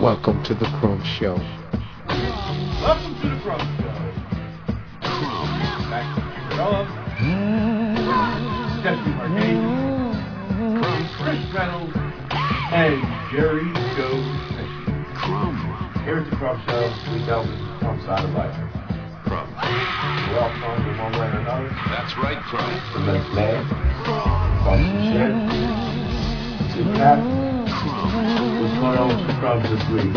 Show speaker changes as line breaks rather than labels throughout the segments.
Welcome to the Chrome Show.
Welcome to the Crumb Show. Back to kick it off. Stephanie Marquez, Chris Reynolds, and Jerry Joe Smith. Here at the Crumb Show, we delve into the crumb side of life. We're all crumbs in one way or another.
That's right, Crumb.
Some of us laugh, some share, see what happens. What's going on with the crumbs this week?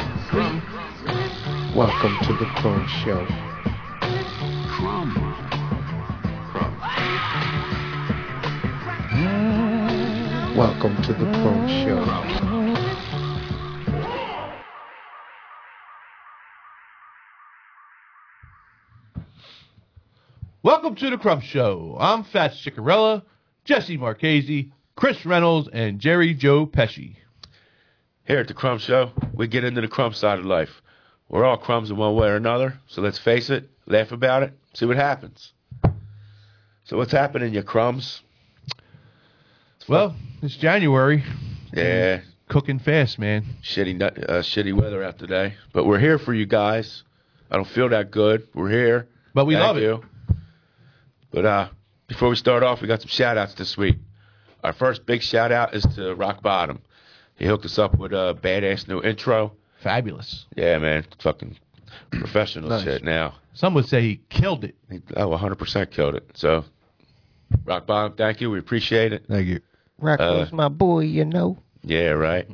Welcome to the Chrome Show. Welcome to the Chrome Show.
Welcome to the Crump Show. I'm Fat Cicarella, Jesse Marchese, Chris Reynolds, and Jerry Joe Pesci.
Here at the Crumb Show, we get into the crumb side of life. We're all crumbs in one way or another, so let's face it, laugh about it, see what happens. So what's happening, you crumbs?
Well, it's January,
Yeah,
cooking fast, man.
shitty, nut- uh, shitty weather out today, but we're here for you guys. I don't feel that good. We're here.
But we
Thank
love it.
you. But uh, before we start off, we got some shout outs this week. Our first big shout out is to Rock Bottom. He hooked us up with a badass new intro.
Fabulous.
Yeah, man, fucking professional
Nice.
shit now.
Some would say he killed it.
He- Oh, 100% killed it. So, Rock Bottom, thank you. We appreciate it.
Thank you.
Rock
Uh,
was my boy, you know.
Yeah, right.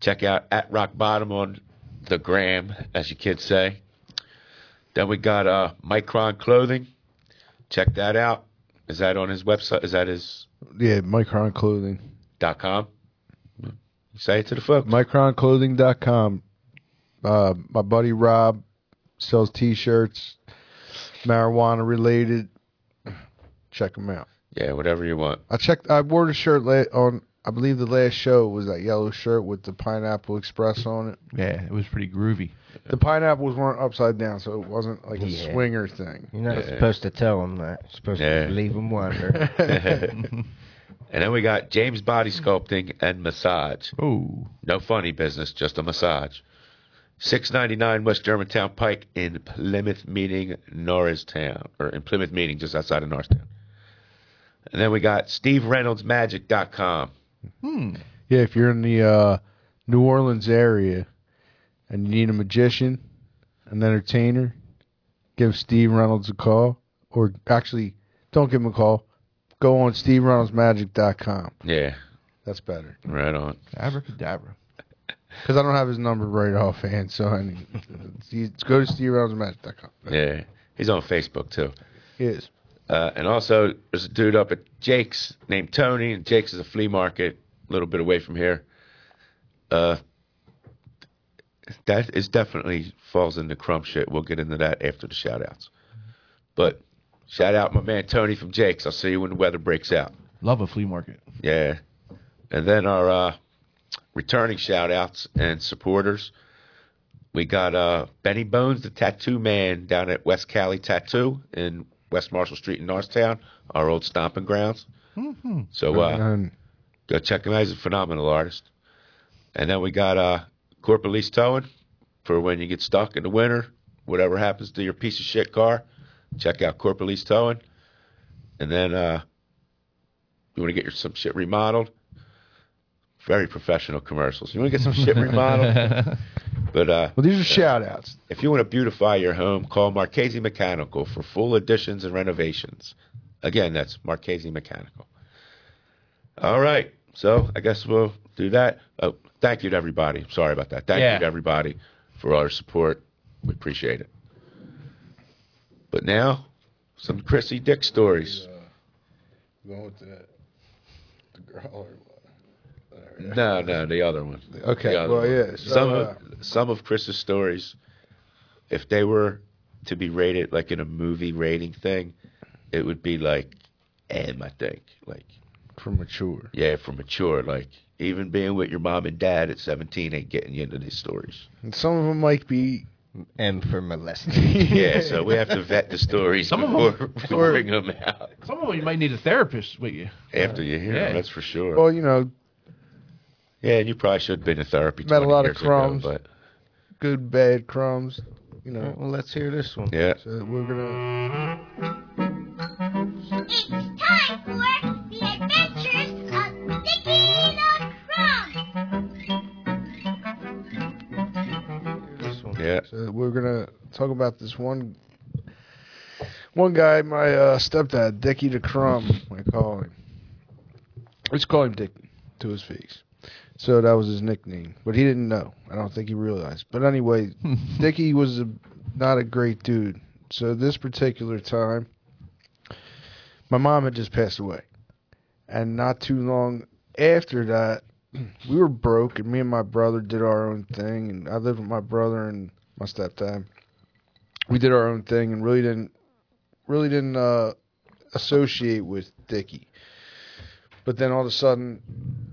Check out at Rock Bottom on the gram, as you kids say. Then we got uh, Micron Clothing. Check that out. Is that on his website? Is that his
Yeah, Micron Clothing.
dot com? Say it to the folks.
MicronClothing.com. Uh, my buddy Rob sells t shirts, marijuana related. Check him out.
Yeah, whatever you want.
I checked, I wore the shirt la- on, I believe the last show was that yellow shirt with the Pineapple Express on it.
Yeah, it was pretty groovy.
The pineapples weren't upside down, so it wasn't like a
Yeah.
swinger thing.
You're not
Yeah.
supposed to tell him that. You're supposed
Yeah.
to leave him wonder.
and then we got James Body Sculpting and Massage.
Oh,
No funny business, just a massage. 699 West Germantown Pike in Plymouth Meeting, Norristown, or in Plymouth Meeting, just outside of Norristown. And then we got SteveReynoldsMagic.com.
Hmm.
Yeah, if you're in the uh, New Orleans area and you need a magician, an entertainer, give Steve Reynolds a call. Or actually, don't give him a call. Go on SteveReynoldsMagic.com.
Yeah,
That's better.
right on.
abracadabra.
Because I don't have his number right offhand, so I need, he's- go to SteveReynoldsMagic.com.
Yeah, he's on Facebook too.
Yes.
Uh, and also, there's a dude up at Jake's named Tony, and Jake's is a flea market a little bit away from here. Uh, that is definitely falls into crumb shit. We'll get into that after the shout outs. But shout out my man Tony from Jake's. I'll see you when the weather breaks out.
Love a flea market.
Yeah. And then our uh, returning shout outs and supporters. We got uh, Benny Bones, the tattoo man down at West Cali Tattoo in West Marshall Street in Norristown, our old stomping grounds. So uh,
And
go check him out. He's a phenomenal artist. And then we got uh, Corporate Lease Towing for when you get stuck in the winter, whatever happens to your piece of shit car. Check out Corporate Lease Towing. And then uh, you want to get your some shit remodeled. Very professional commercials. You want to get some shit remodeled. But uh,
well, these are shout outs.
if you want to beautify your home, call Marchese Mechanical for full additions and renovations. Again, that's Marchese Mechanical. All right. So I guess we'll do that. Oh, thank you to everybody. Sorry about that. Thank
Yeah.
you to everybody for all your support. We appreciate it. But now, some Chrissy Dick stories.
Going with the, the girl or what?
No, no, the other one.
Okay,
The other
well,
one.
yeah, so, uh,
some of some of Chris's stories, if they were to be rated like in a movie rating thing, it would be like M, I think. Like
For mature.
yeah, for mature. Like even being with your mom and dad at seventeen ain't getting you into these stories.
And some of them might be.
and for molesting.
Yeah, so we have to vet the stories
Some of 'em-
before we bring them out.
Some of you might need a therapist with you.
After you hear
Yeah.
them, that's for sure.
Well, you know,
Yeah, and you probably should have been to therapy.
Met a
20
lot of
years ago,
crumbs.
but
Good, bad crumbs. You know.
Well, let's hear this one.
yeah,
So we're gonna.
It's time for the adventures of Sticky the Crumb.
This one.
yeah.
So we're gonna talk about this one. One guy, my uh, stepdad, Dickie the Crumb, I call him. Let's call him Dick to his face. So that was his nickname, but he didn't know. I don't think he realized. But anyway, Dickie was a, not a great dude. So this particular time, my mom had just passed away, and not too long after that, we were broke, and me and my brother did our own thing, and I lived with my brother and my stepdad. We did our own thing, and really didn't really didn't uh, associate with Dickie. But then all of a sudden,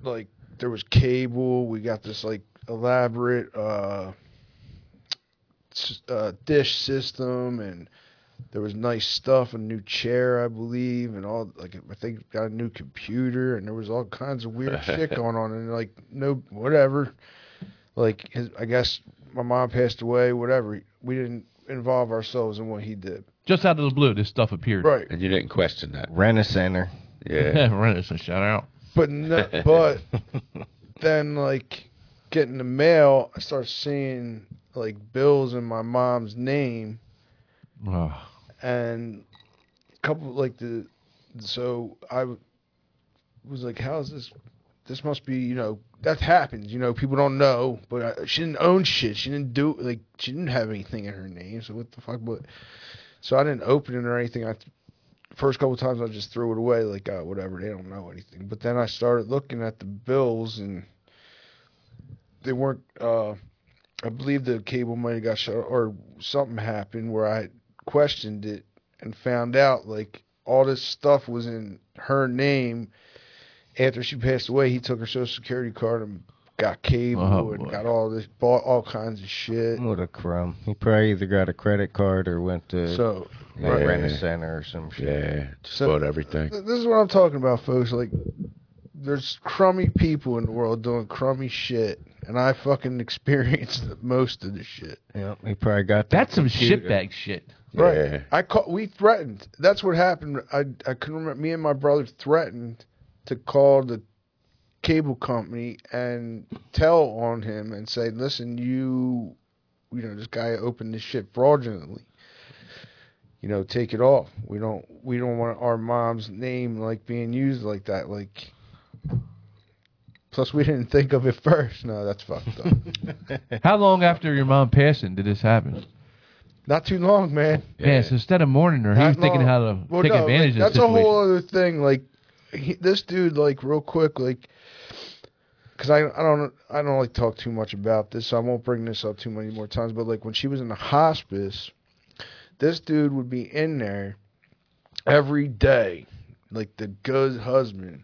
like there was cable. We got this like elaborate uh, s- uh, dish system, and there was nice stuff, a new chair, I believe, and all like I think got a new computer, and there was all kinds of weird shit going on, and like no whatever, like his, I guess my mom passed away, whatever. We didn't involve ourselves in what he did,
Just out of the blue, this stuff appeared.
right?
And you didn't question that.
Rent a center.
Yeah.
Rent us a shout out.
But no, but then like getting the mail, I start seeing like bills in my mom's name
Ugh.
and a couple like the so I w- was like, how's this? This must be you know that happens. You know people don't know, but I, she didn't own shit. She didn't do like she didn't have anything in her name. So what the fuck? But so I didn't open it or anything. I th- first couple times I just threw it away like oh, whatever. They don't know anything. But then I started looking at the bills and they weren't. uh I believe the cable might have got shut or something happened where I questioned it and found out like all this stuff was in her name. After she passed away, he took her social security card and got cable
Oh,
and
boy.
got all this, bought all kinds of shit.
What a crumb. He probably either got a credit card or went to
So
like,
Yeah.
rent a center or some shit.
Yeah. Just
So-
bought everything.
th- this is what I'm talking about, folks. Like, there's crummy people in the world doing crummy shit, and I fucking experienced the- most of the shit.
Yep, he probably got that
That's some
computer.
shitbag shit.
Right.
Yeah.
I call, we threatened. That's what happened. I I couldn't remember. Me and my brother threatened to call the cable company and tell on him and say, "Listen, you, you know, this guy opened this shit fraudulently. You know, take it off. We don't we don't want our mom's name like being used like that. Like, plus we didn't think of it first. No, that's fucked up.
How long after your mom passing did this happen?
Not too long, man.
Yeah. so instead of mourning her, he
Not
was thinking
long.
how to
Well,
take
no,
advantage
like,
of
That's
the
a
situation.
whole other thing. Like he, this dude, like real quick, like because I I don't I don't like talk too much about this, so I won't bring this up too many more times. But like when she was in the hospice, this dude would be in there every day, like the good husband,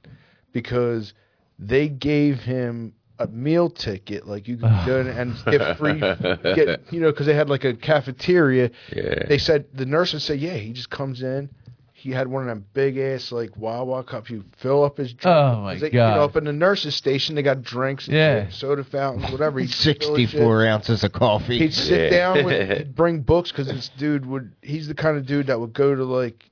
because they gave him. A meal ticket, like you could go in and get free, get you know, because they had like a cafeteria,
Yeah.
they said the nurses said, yeah, he just comes in. He had one of them big ass like Wawa cups. You fill up his drink.
Oh, my
'Cause they,
God.
You know, up in the nurses station, they got drinks, and
Yeah.
shit, soda fountains, whatever. He'd fill his shit.
64 ounces of coffee.
He'd sit
Yeah.
down with, he'd bring books because this dude would. He's the kind of dude that would go to like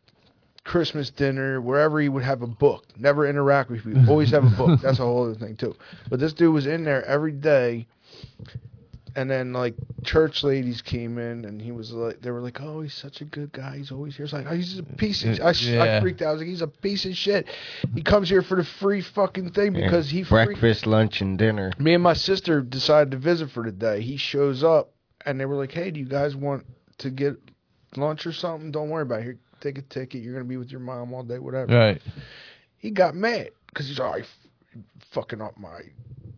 Christmas dinner wherever he would have a book. Never interact with people. Always have a book. That's a whole other thing too. But this dude was in there every day. And then like church ladies came in, and he was like, they were like, "Oh, he's such a good guy. He's always here." It's like, "Oh, he's a piece of." I,
Yeah.
I freaked out. I was like, "He's a piece of shit. He comes here for the free fucking thing
Yeah.
because he freaked
breakfast, lunch, and dinner.
me and my sister decided to visit for the day. He shows up, and they were like, "Hey, do you guys want to get lunch or something? Don't worry about it. Here, take a ticket. You're gonna be with your mom all day, whatever."
Right.
He got mad because he's already f- fucking up my.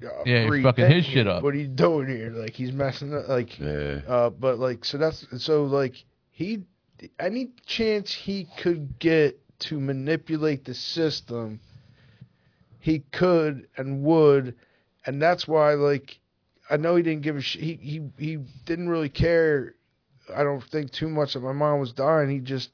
Uh,
Yeah, you're
free
fucking his
thing.
shit up.
What are you doing here? Like he's messing up. Like,
Yeah.
uh, but like, so that's so like he, any chance he could get to manipulate the system, he could and would, and that's why like, I know he didn't give a shit. He he he didn't really care. I don't think too much that my mom was dying. He just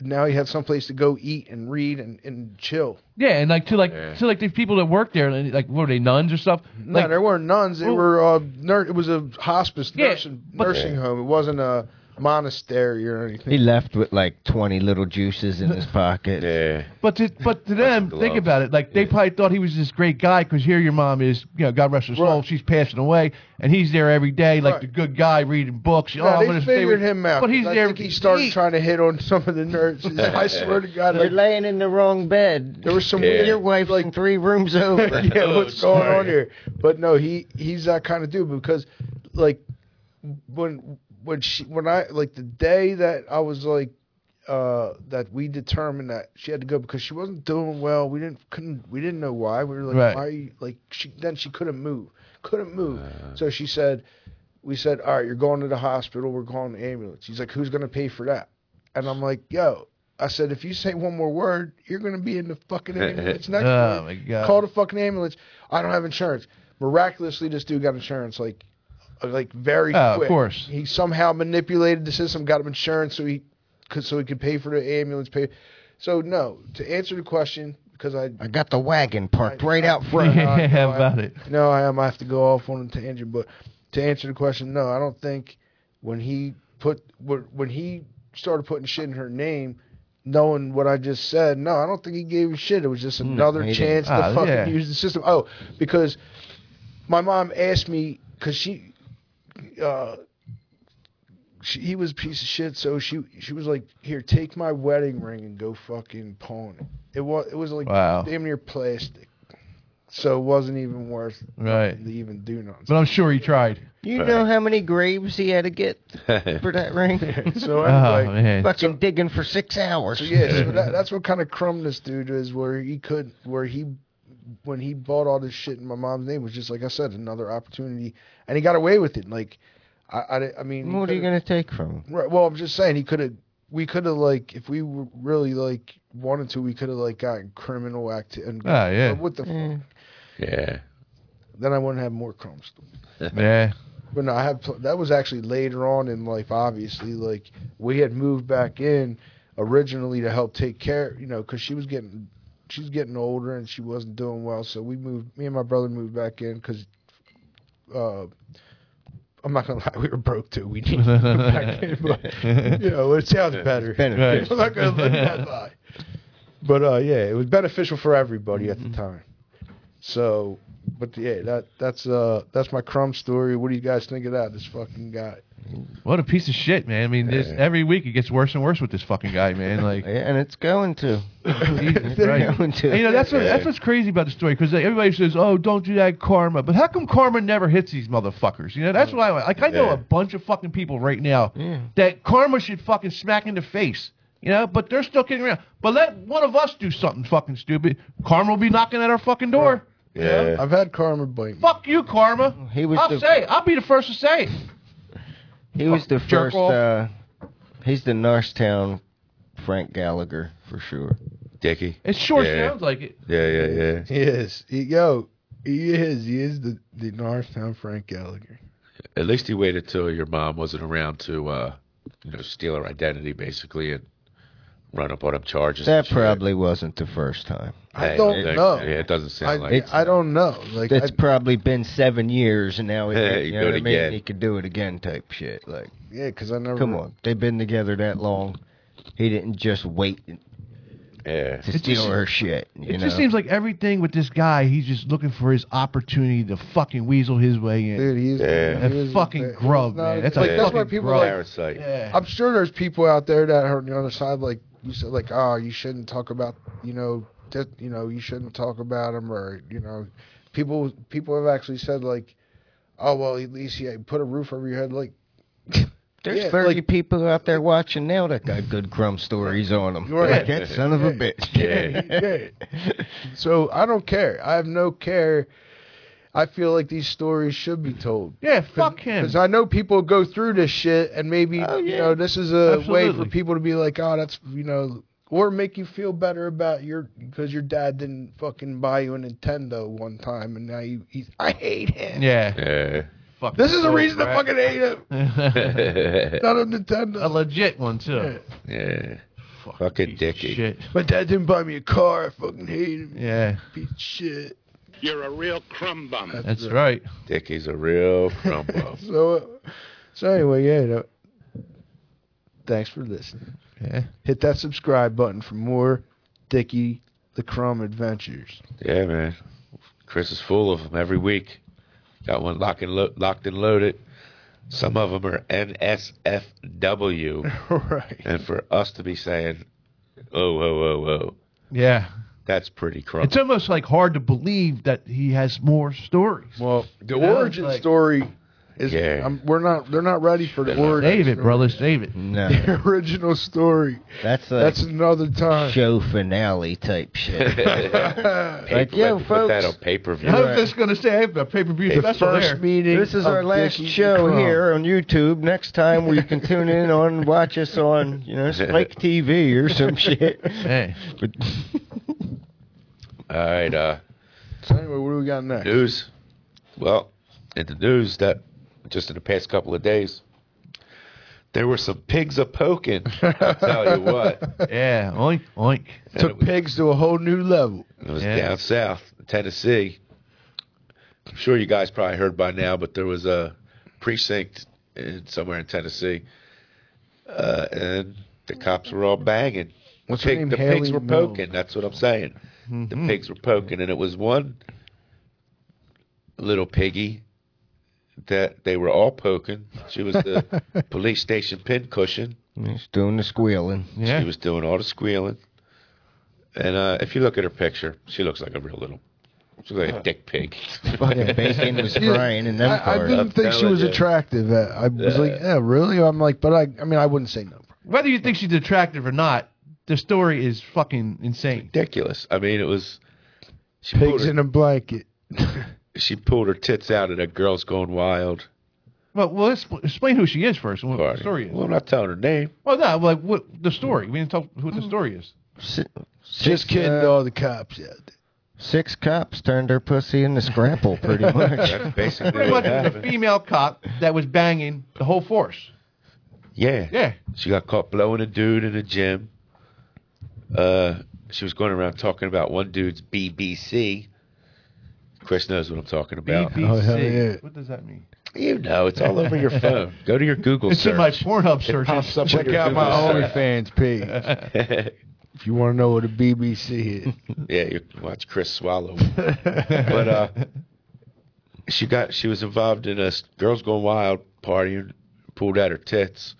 now he had someplace to go eat and read and, and chill.
Yeah, and like to like
Yeah.
to like the people that work there, and like what were they nuns or stuff?
No,
Like,
there weren't nuns. They
Well-
were uh, nur- It was a hospice
Yeah,
nursing
but-
nursing home. It wasn't a monastery or
He
anything.
left with like 20 little juices in his pocket.
Yeah.
But to, but to them,
Gloves.
think about it. Like they probably thought he was this great guy because here your mom is, you know, God rest her soul,
Right.
she's passing away, and he's there every day, like
Right.
the good guy reading books.
No,
oh, I'm
they
gonna stay
figured
with-
him out.
But
'cause
he's
I
there.
think he started
He-
trying to hit on some of the nurses. I swear to God,
You're
I-
laying in the wrong bed.
there was some
Yeah.
Your
weird
wife's like three rooms over.
yeah,
Oh,
what's going
sorry.
on here? But no, he he's that kind of dude because, like, when when she when I like the day that I was like uh that we determined that she had to go because she wasn't doing well. We didn't couldn't we didn't know why. We were like,
Right.
why are you like she then she couldn't move, couldn't move. so she said, we said, all right, you're going to the hospital. We're calling the ambulance. He's like, who's gonna pay for that? And I'm like, yo. I said, if you say one more word, you're gonna be in the fucking ambulance next
Oh
week."
my god!
Call the fucking ambulance. I don't have insurance. Miraculously, this dude got insurance like, uh, like very
Oh, of
quick.
course.
He somehow manipulated the system, got him insurance so he could so he could pay for the ambulance. Pay. So no, to answer the question because I
I got the wagon parked right out front.
yeah,
no, I-
about it.
no, I am. I have to go off on a tangent, but to answer the question, no, I don't think when he put when when he started putting shit in her name, knowing what I just said, no, I don't think he gave a shit. It was just another
he didn't.
chance to
Hmm, Ah,
fucking
yeah.
use the system. Oh, because my mom asked me because she. Uh, she, he was a piece of shit. So she she was like, "Here, take my wedding ring and go fucking pawn it." It was it was like
Wow.
damn near plastic, so it wasn't even worth
Right.
to even do nothing.
But I'm sure he tried.
You know how many graves he had to get for that ring?
So
Oh
anyway,
man!
Fucking digging for six hours.
so yeah, so that, that's what kind of crumb this dude is. Where he could, where he, when he bought all this shit in my mom's name, was just like I said, another opportunity, and he got away with it. Like, I, I, I mean, he
What are you
could've-
gonna take from him?
Right. Well, I'm just saying he could have. We could have like, if we were really like wanted to, we could have like gotten criminal act and
Ah, yeah.
But what the fuck?
Yeah.
Then I wouldn't have more crumbs.
Yeah,
But no, I have. pl- That was actually later on in life. Obviously, like we had moved back in originally to help take care. You know, because she was getting she was getting older and she wasn't doing well. So we moved. Me and my brother moved back in because. Uh, I'm not gonna lie, we were broke too. We needed to move back in, but you know, it sounds better.
Benefit.
I'm not gonna let that lie. But uh, yeah, it was beneficial for everybody
Mm-hmm.
at the time. So, but yeah, that that's uh that's my crumb story. What do you guys think of that? This fucking guy.
what a piece of shit, man. I mean, this, every week it gets worse and worse with this fucking guy, man. Like,
Yeah, and it's going to.
Jesus Christ.
Going to.
And, you know that's what,
Yeah.
that's what's crazy about the story because everybody says, "Oh, don't do that, karma." But how come karma never hits these motherfuckers? You know that's what I like. I know
Yeah.
a bunch of fucking people right now
Yeah.
that karma should fucking smack in the face. You know, but they're still kidding around. But let one of us do something fucking stupid, karma will be knocking at our fucking door.
Yeah.
I've had karma bite. me.
Fuck you, karma.
He was
I'll
the-
say, it. I'll be the first to say it.
He was the
Jerk
first.
off.
Uh, he's the Norristown Frank Gallagher for sure.
Dickie.
It sure
Yeah.
sounds like it.
Yeah, yeah, yeah.
He is. He, yo, he is. He is the the Norristown Frank Gallagher.
At least he waited till your mom wasn't around to, uh, you know, steal her identity basically and run up on him charges. and
That
shit.
probably wasn't the first time.
I
Hey,
don't
that-
know.
Yeah, it doesn't
I,
sound like it.
I don't know. Like I,
It's probably been seven years, and now he,
Yeah,
you
you
know
do
what
it
I mean?
again.
He could do it again, type shit. Like,
yeah, because I never.
come on, they've been together that long. He didn't just wait
Yeah.
to
just-
steal her shit. You
It
know,
just seems like everything with this guy, he's just looking for his opportunity to fucking weasel his way in.
Dude, he's
Yeah.
That
he is-
fucking
he's
grub,
not-
man. That's a
like, that's
fucking
why people
grub.
like
Parasite.
Yeah.
I'm sure there's people out there that are on the other side, like you said, like, oh, you shouldn't talk about, you know, that, you know, you shouldn't talk about him, or you know, people people have actually said like, oh, well, at least he put a roof over your head, like,
there's
yeah,
thirty
like-
people out there watching now that got good crumb stories on them.
Right.
Like, that son of a bitch.
Yeah.
yeah. So I don't care. I have no care. I feel like these stories should be told.
Yeah, fuck him.
Because I know people go through this shit, and maybe
Oh,
you
yeah.
know this is a way for
Absolutely.
people to be like, oh, that's you know, or make you feel better about your because your dad didn't fucking buy you a Nintendo one time, and now you, he's I hate him.
Yeah.
Yeah.
Fucking
This is a
so
reason to
crap.
fucking hate him.
yeah.
Not a
a
Nintendo.
legit one too.
Yeah.
Fucking,
Fucking
piece of
Dickie.
Shit.
My dad didn't buy me a car. I fucking hate him.
Yeah,
Piece of shit.
You're a real crumb bum.
that's right.
Dickie's a real crumb bum.
So, uh, so anyway, yeah. that- thanks for listening.
Yeah.
Hit that subscribe button for more Dickie the Crumb Adventures.
Yeah, man. Chris is full of them every week. Got one locked and, lo- locked and loaded. Some of them are NSFW.
All right.
and for us to be saying, oh, oh, oh, oh,
Yeah.
that's pretty crumb.
It's almost like hard to believe that he has more stories.
Well, the
Now
origin
it's like-
story is
Yeah.
um, we're not they're not ready for the
Shut up.
origin.
Save it,
story.
brother. Save it.
No,
The original story.
that's a
That's another time.
show finale type shit.
Like,
yo,
Put that on
folks.
pay per view.
I was just gonna say I have a pay per view
The
special
first
there.
meeting.
this is our
of
last
Dickie the
show
Crumb.
here on YouTube. Next time we can tune in on, watch us on, you know, Spike TV or some shit.
Hey,
But
All right, uh,
So anyway, what do we got next?
news. Well, in the news that just in the past couple of days, there were some pigs a poking. I'll tell you what.
yeah, oink oink.
And it
Took
was-
pigs to a whole new level.
It was
Yeah.
down south, Tennessee. I'm sure you guys probably heard by now, but there was a precinct in, somewhere in Tennessee, uh, and the cops were all banging.
What's her
Pig,
name?
the pigs
Haley
were
Mills. Hmm.
poking. That's what I'm saying. The pigs were poking, and it was one little piggy that they were all poking. She was the police station pincushion.
he's doing the squealing.
Yeah.
She was doing all the squealing. And uh, if you look at her picture, she looks like a real little, she looks like a dick pig.
Fucking bacon was frying in them
I, I
parts.
didn't think she was
Yeah.
attractive. Uh, I was like, yeah, really? I'm like, but I, I mean, I wouldn't say no.
Whether you think she's attractive or not, the story is fucking insane.
Ridiculous. I mean, it was. She pulled,
Pigs
her,
in a blanket.
she pulled her tits out, and the girl's going wild.
Well, well, let's spl- explain who she is first. and What the
Party.
story is?
Well, I'm not telling her name.
Well, no, like what the story. We didn't tell who the story is.
Si- Six,
Just kidding,
uh,
all the cops out there.
six cops turned their pussy into scrapple, pretty much.
That's basically
Pretty much
what
the
happened.
female cop that was banging the whole force.
Yeah.
Yeah.
She got caught blowing a dude in a gym. Uh, she was going around talking about one dude's BBC. Chris knows what I'm talking about.
Oh, hell
BBC.
yeah.
What does that mean?
You know, it's all over your phone. Go to your Google
It's
search.
in my Pornhub
It
search.
pops up
Check
on your
out my
Google search.
OnlyFans page if you want to know what a BBC is.
yeah, you can watch Chris swallow. but uh, she got she was involved in a s- girls going wild party and pulled out her tits,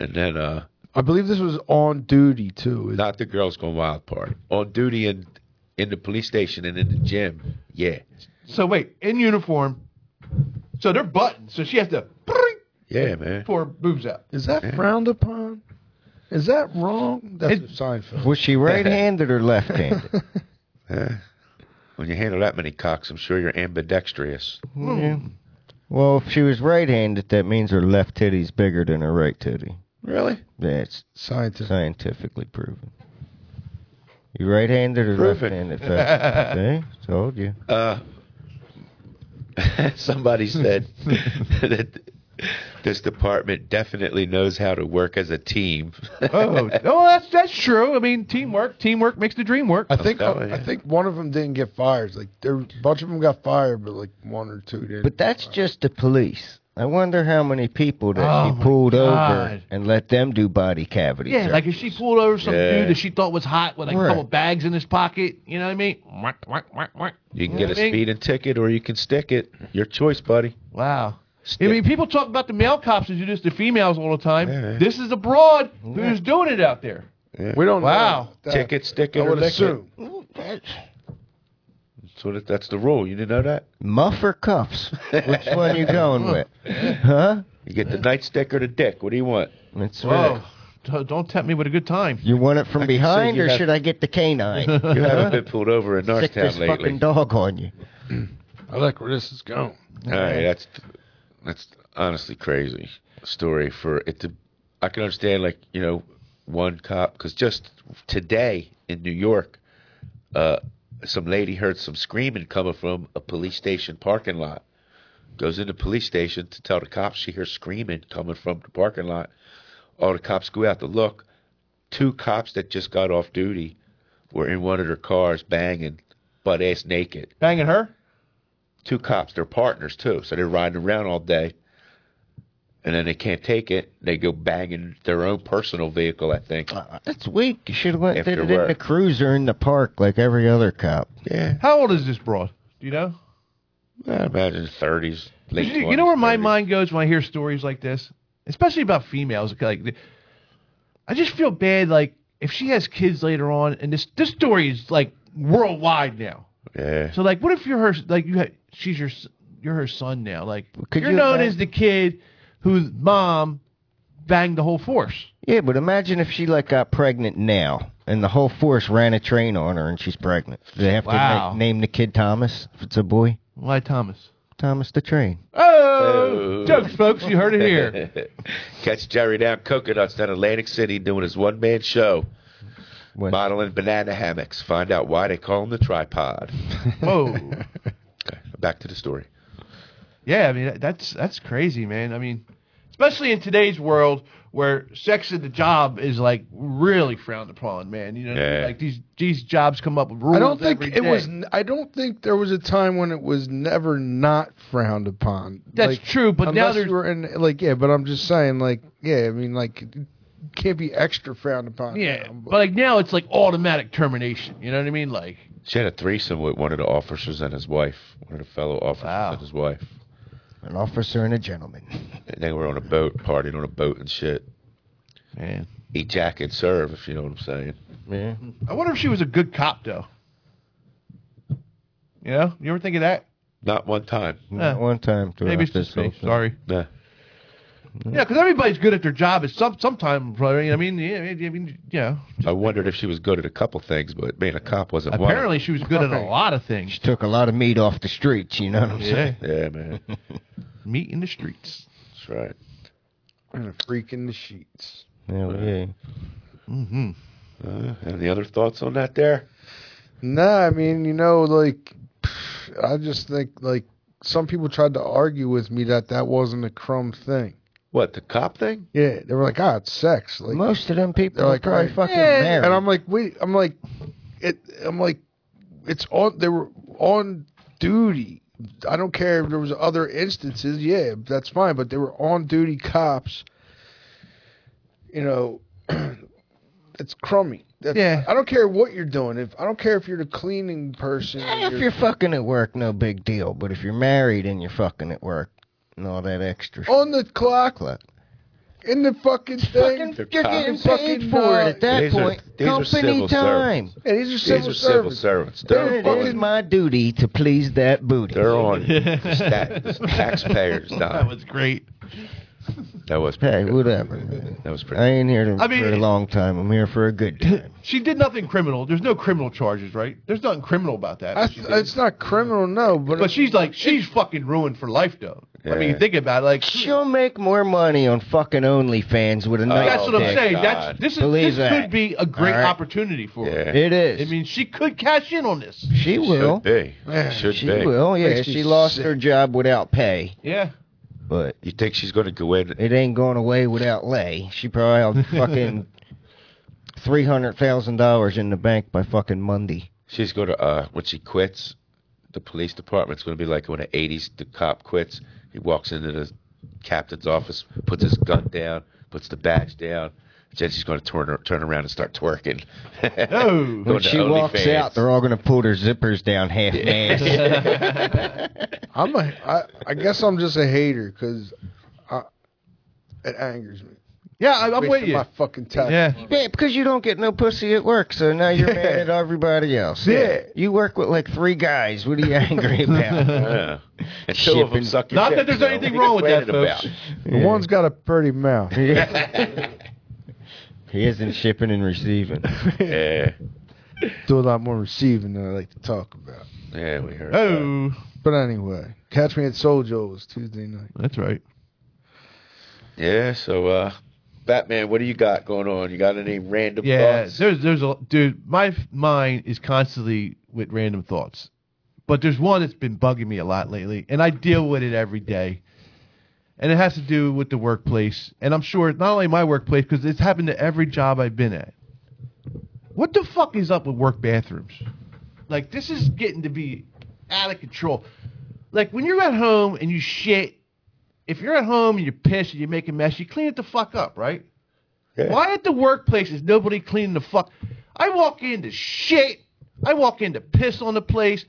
and then uh,
I believe this was on duty too. Is-
not the girls going wild party on duty and in the police station and in the gym. Yeah,
So wait, in uniform. So they're buttoned. So she has to brink,
yeah, man.
pour her boobs out.
Is that frowned upon? Is that wrong? That's
It-
a Seinfeld.
Was she right-handed or left-handed?
When you handle that many cocks, I'm sure you're ambidextrous.
Hmm. Well, if she was right-handed, that means her left titty's bigger than her right titty.
Really?
That's
Scientist.
scientifically proven. You right-handed or
Proven.
left-handed? Fat- See, told you.
Uh, Somebody said that this department definitely knows how to work as a team.
Oh, oh, that's that's true. I mean, teamwork, teamwork makes the dream work.
I think
telling you.
I think one of them didn't get fired. Like there, a bunch of them got fired, but like one or two didn't.
But that's just the police. I wonder how many people that
Oh, my
she pulled
God.
over and let them do body cavity.
Yeah, like if she pulled over some
Yeah.
dude that she thought was hot with like a
Right.
couple bags in his pocket, you know what I mean? Mwah, mwah, mwah, mwah.
You can
You know
get a
what I mean?
speeding ticket or you can stick it. Your choice, buddy.
Wow. I
Stick-
mean, people talk about the male cops who do this to females all the time.
Yeah.
This is a broad who's doing it out there.
we don't.
Wow.
know that.
ticket, stick it,
I
or
would
lick it.
assume.
That's, what it- that's the rule. You didn't know that?
muff or cuffs. Which one you going with? Huh?
You get the nightstick or the dick. What do you want?
That's
Whoa.
right.
D- Don't tempt me with a good time.
You want it from behind,
you
or
have-
should I get the canine?
You haven't been pulled over in
Stick this
Norristown lately.
fucking dog on you.
I like where this is going.
All right, that's that's honestly crazy story for it to. I can understand like you know one cop because just today in New York, uh, some lady heard some screaming coming from a police station parking lot. Goes into police station to tell the cops she hears screaming coming from the parking lot. All the cops go out to look. two cops that just got off duty were in one of their cars banging, butt ass naked.
Banging her?
Two cops, they're partners too, so they're riding around all day. And then they can't take it. They go banging their own personal vehicle, I think.
Uh, That's weak. You should have went
After
did it in the
work.
cruiser in the park like every other cop.
Yeah,
How old is this broad? Do you know?
I imagine 30s, late
You, you know where
20s,
my
30s.
mind goes when I hear stories like this, especially about females. Like, the- I just feel bad. Like, if she has kids later on, and this this story is like worldwide now.
Yeah.
So, like, what if you're her? Like, you ha- she's your s- you're her son now. Like,
Could
you're
you
known
imagine-
as the kid whose mom banged the whole force.
Yeah, but imagine if she like got pregnant now and the whole force ran a train on her and she's pregnant. Do they have to
Wow.
like, name the kid Thomas if it's a boy?
Why, Thomas?
Thomas the train.
Oh,
Oh.
jokes, folks. You heard it here.
Catch Jerry down coconuts down Atlantic City doing his one man show,
What?
modeling banana hammocks. Find out why they call him the tripod.
Whoa.
Okay, back to the story.
Yeah, I mean that- that's that's crazy, man. I mean, especially in today's world where sex at the job is like really frowned upon, man. You know, what I mean?
Yeah.
like these these jobs come up with rules.
I don't think
every
it
day.
was. n- I don't think there was a time when it was never not frowned upon.
That's
Like,
true, but now
unless
there's
you were in like yeah, but I'm just saying like yeah, I mean like it can't be extra frowned upon.
yeah,
now,
but like now it's like automatic termination. You know what I mean? Like
She had a threesome with one of the officers and his wife, one of the fellow officers
Wow.
and his wife.
An officer and a gentleman.
And they were on a boat, partying on a boat and shit.
man,
Eat jack and serve, if you know what I'm saying.
Yeah.
I wonder if she was a good cop though. You know, you ever think of that?
Not one time.
Not one time throughout
Maybe it's
this
just
whole
me.
thing.
Sorry.
Nah.
Yeah, because everybody's good at their job at some sometime. Probably. You know what I mean, yeah, I mean, you know.
I wondered if she was good at a couple things, but being a cop wasn't
Apparently, she was good at a lot of things.
She took a lot of meat off the streets, you know what I'm
Yeah,
saying?
one. Yeah, man.
meat in the streets.
That's right.
and a freak in the sheets.
Hell yeah.
Mm-hmm.
Uh, any other thoughts on that there?
No, I mean, you know, like I just think like some people tried to argue with me that that wasn't a crumb thing.
What, the cop thing?
Yeah, they were like, ah, it's sex. Like,
Most of them people
they're
are
like,
probably
"Alright."
fucking married.
and I'm like, wait, I'm like, it, I'm like, it's on. They were on duty. I don't care if there was other instances. Yeah, that's fine, but they were on duty cops. You know, it's crummy. That's,
Yeah.
I don't care what you're doing. If I don't care if you're the cleaning person.
Eh,
and
if you're fucking at work, no big deal. But if you're married and you're fucking at work and all that extra shit.
on the clock in the fucking thing.
Fucking, you're getting paid for it at that
These are-
point.
these are
Company
civil
time.
servants.
And these are
These
civil
are civil
servants.
servants.
There
They're
it is
fucking
my duty to please that booty.
They're on stat, taxpayers'
That
dime.
was great.
That was
Hey,
pretty good.
whatever. man.
That was pretty.
I ain't here to,
I mean-
for a long time. I'm here for a good time.
She did nothing criminal. There's no criminal charges, right? There's nothing criminal about that.
I,
that she did.
it's not criminal, no, but,
but she's like, she's fucking ruined for life, though. I mean,
Yeah.
think about it. Like,
She'll make more money on fucking OnlyFans with a nice
that's what I'm
dick.
saying.
God.
That's this is
Oh, Believe
this
that.
could be a great
All right.
opportunity for her.
Yeah.
It is.
I mean, she could cash in on this.
she will.
Should be.
Yeah,
Should
She
be.
will. Yeah,
Makes me
she lost
sick.
her job without pay,
Yeah.
but
You think she's going to go in?
it ain't going away without lay. She probably had fucking three hundred thousand dollars in the bank by fucking Monday.
She's going to, uh, when she quits, the police department's going to be like when the 80s, the cop quits. He walks into the captain's office, puts his gun down, puts the badge down. Then she's going to turn her, turn around and start twerking.
No.
When
Going to
she walks
OnlyFans.
out, they're all gonna pull their zippers down half mast.
I'm a, I, I guess I'm just a hater because it angers me.
Yeah, I, I'm
Wasting
with you.
My fucking time.
Yeah.
yeah, because you don't get no pussy at work, so now you're mad at everybody else.
Yeah.
You work with like three guys. What are you angry about?
Yeah. And two of them
Shipping.
suck your
Not that
dick,
there's
you know,
anything
what are you
wrong with that,
complaining
folks.
about?
The one's got a pretty mouth.
he isn't shipping and receiving.
Yeah.
Do a lot more receiving than I like to talk about.
Yeah, we heard. that.
Oh,
But anyway, catch me at Soul Joe's Tuesday night.
that's right.
Yeah, so uh Batman, what do you got going on? You got any random
Yeah,
thoughts?
there's there's a dude. My f- mind is constantly with random thoughts, but there's one that's been bugging me a lot lately, and I deal with it every day. And it has to do with the workplace, and I'm sure not only my workplace because it's happened to every job I've been at. What the fuck is up with work bathrooms? Like this is getting to be out of control. Like when you're at home and you shit, if you're at home and you piss and you make a mess, you clean it the fuck up, right?
Yeah.
Why at the workplace is nobody cleaning the fuck? I walk into shit. I walk into piss on the place.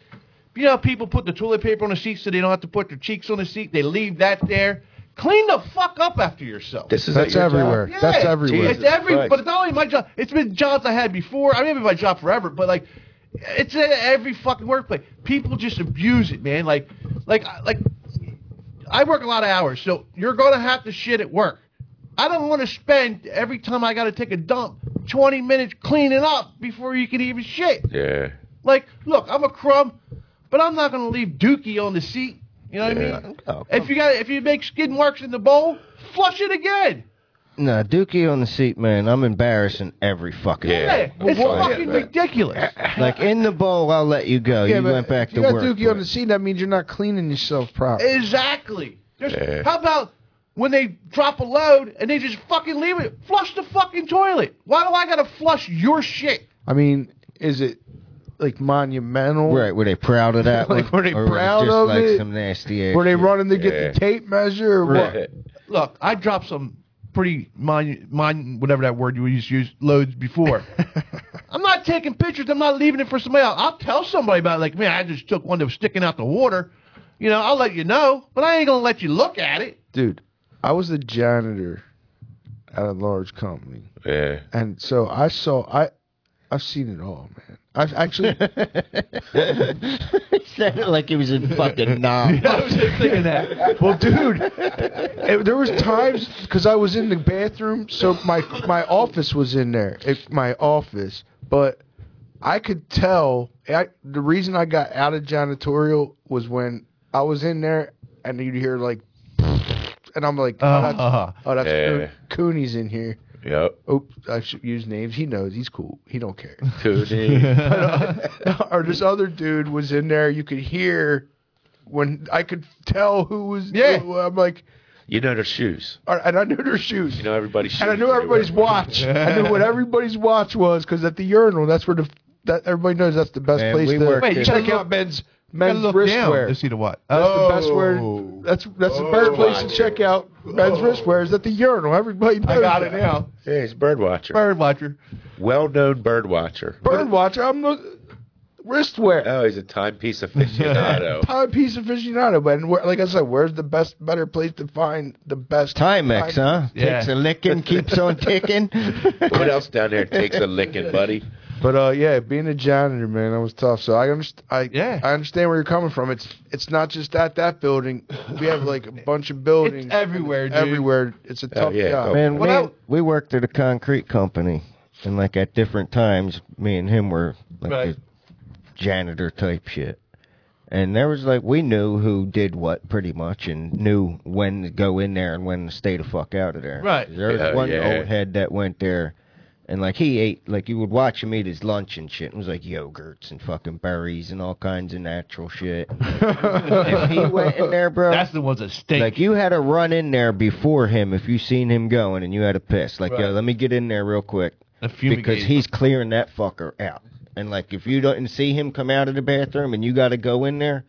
You know, how people put the toilet paper on the seat so they don't have to put their cheeks on the seat. They leave that there. Clean the fuck up after yourself.
This is at
That's
your job?
everywhere.
Yeah.
That's everywhere.
It's every,
Christ.
but it's not only my job. It's been jobs I had before. I mean, it's been my job forever, but like, it's at every fucking workplace. People just abuse it, man. Like, like, like, I work a lot of hours, so you're gonna have to shit at work. I don't want to spend every time I gotta take a dump 20 minutes cleaning up before you can even shit.
Yeah.
Like, look, I'm a crumb, but I'm not gonna leave Dookie on the seat. You know what I mean?
Oh,
If you got, if you make skid marks in the bowl, flush it again.
No, Dookie on the seat, man. I'm embarrassing every fucking.
Yeah.
Yeah, it's
Well,
fucking
yeah, man.
ridiculous.
Like in the bowl, I'll let you go. Oh, you
but
went back
if you
to
got
work.
Dookie on the seat. That means you're not cleaning yourself properly.
Exactly. There's-
Yeah.
How about when they drop a load and they just fucking leave it? Flush the fucking toilet. Why do I gotta flush your shit?
I mean, is it like monumental?
right? Were they proud of that?
Like,
one?
were they
Or was it
proud
just
of
like
it?
Some nasty. ass
Were they
shit?
running to get
Yeah.
the tape measure or what?
Look, I dropped some pretty mon, mon whatever that word you used to use loads before. I'm not taking pictures. I'm not leaving it for somebody else. I'll tell somebody about it. Like, man, I just took one that was sticking out the water. You know, I'll let you know, but I ain't gonna let you look at it.
Dude, I was the janitor at a large company.
Yeah.
And so I saw I I've seen it all, man. I've actually
It sounded like he was in fucking knob.
I was just thinking that.
Well, dude, it- eh, there was times because I was in the bathroom, so my my office was in there, if my office. But I could tell. I, the reason I got out of janitorial was when I was in there, and you'd hear like, and I'm like, oh, that's,
Uh-huh.
oh, that's
Yeah.
Cooney's in here.
Yep.
Oops, I should use names. He knows. He's cool. He don't care.
Cooney.
or this other dude was in there. You could hear when I could tell who was.
Yeah.
I'm like.
you know their shoes.
All right, and I knew their shoes.
You know everybody's shoes.
and I knew everybody's watch. I knew what everybody's watch was because at the urinal, that's where the that everybody knows that's the best
Man,
place
we
to
worked Wait,
you in- gotta
check
look-
out men's
Gotta
men's
look down to
wristwear.
see the what.
That's the
Oh.
best where. That's that's the best place to check out men's wristwear is at the urinal. Everybody knows.
I got it
that.
now.
Yeah, he's a bird watcher.
Bird watcher.
Well-known bird watcher.
Bird watcher. I'm the wristwear.
Oh, he's a timepiece aficionado.
Timepiece aficionado, but where, like I said, where's the best, better place to find the best
Timex, huh?
Yeah.
Takes a licking, keeps on ticking.
what else down there takes a licking, buddy?
But uh, yeah, being a janitor, man, that was tough. So I understand. I
Yeah.
I understand where you're coming from. It's it's not just at that building. We have like a bunch of buildings
It's everywhere, dude.
Everywhere, it's a tough
yeah.
job.
Man,
What
me-
I-
we worked at a concrete company, and like at different times, me and him were like
Right.
the janitor type shit. And there was like we knew who did what pretty much, and knew when to go in there and when to stay the fuck out of there.
Right.
There was
Yeah,
one
yeah.
old head that went there, and like he ate like you would watch him eat his lunch and shit. It was like yogurts and fucking berries and all kinds of natural shit. if he went in there, bro,
That's the ones that stink.
like you had to run in there before him if you seen him going and you had a piss. Like, yo,
Right.
let me get in there real quick
The fumigate.
because he's clearing that fucker out. And like, if you don't see him come out of the bathroom and you got to go in there,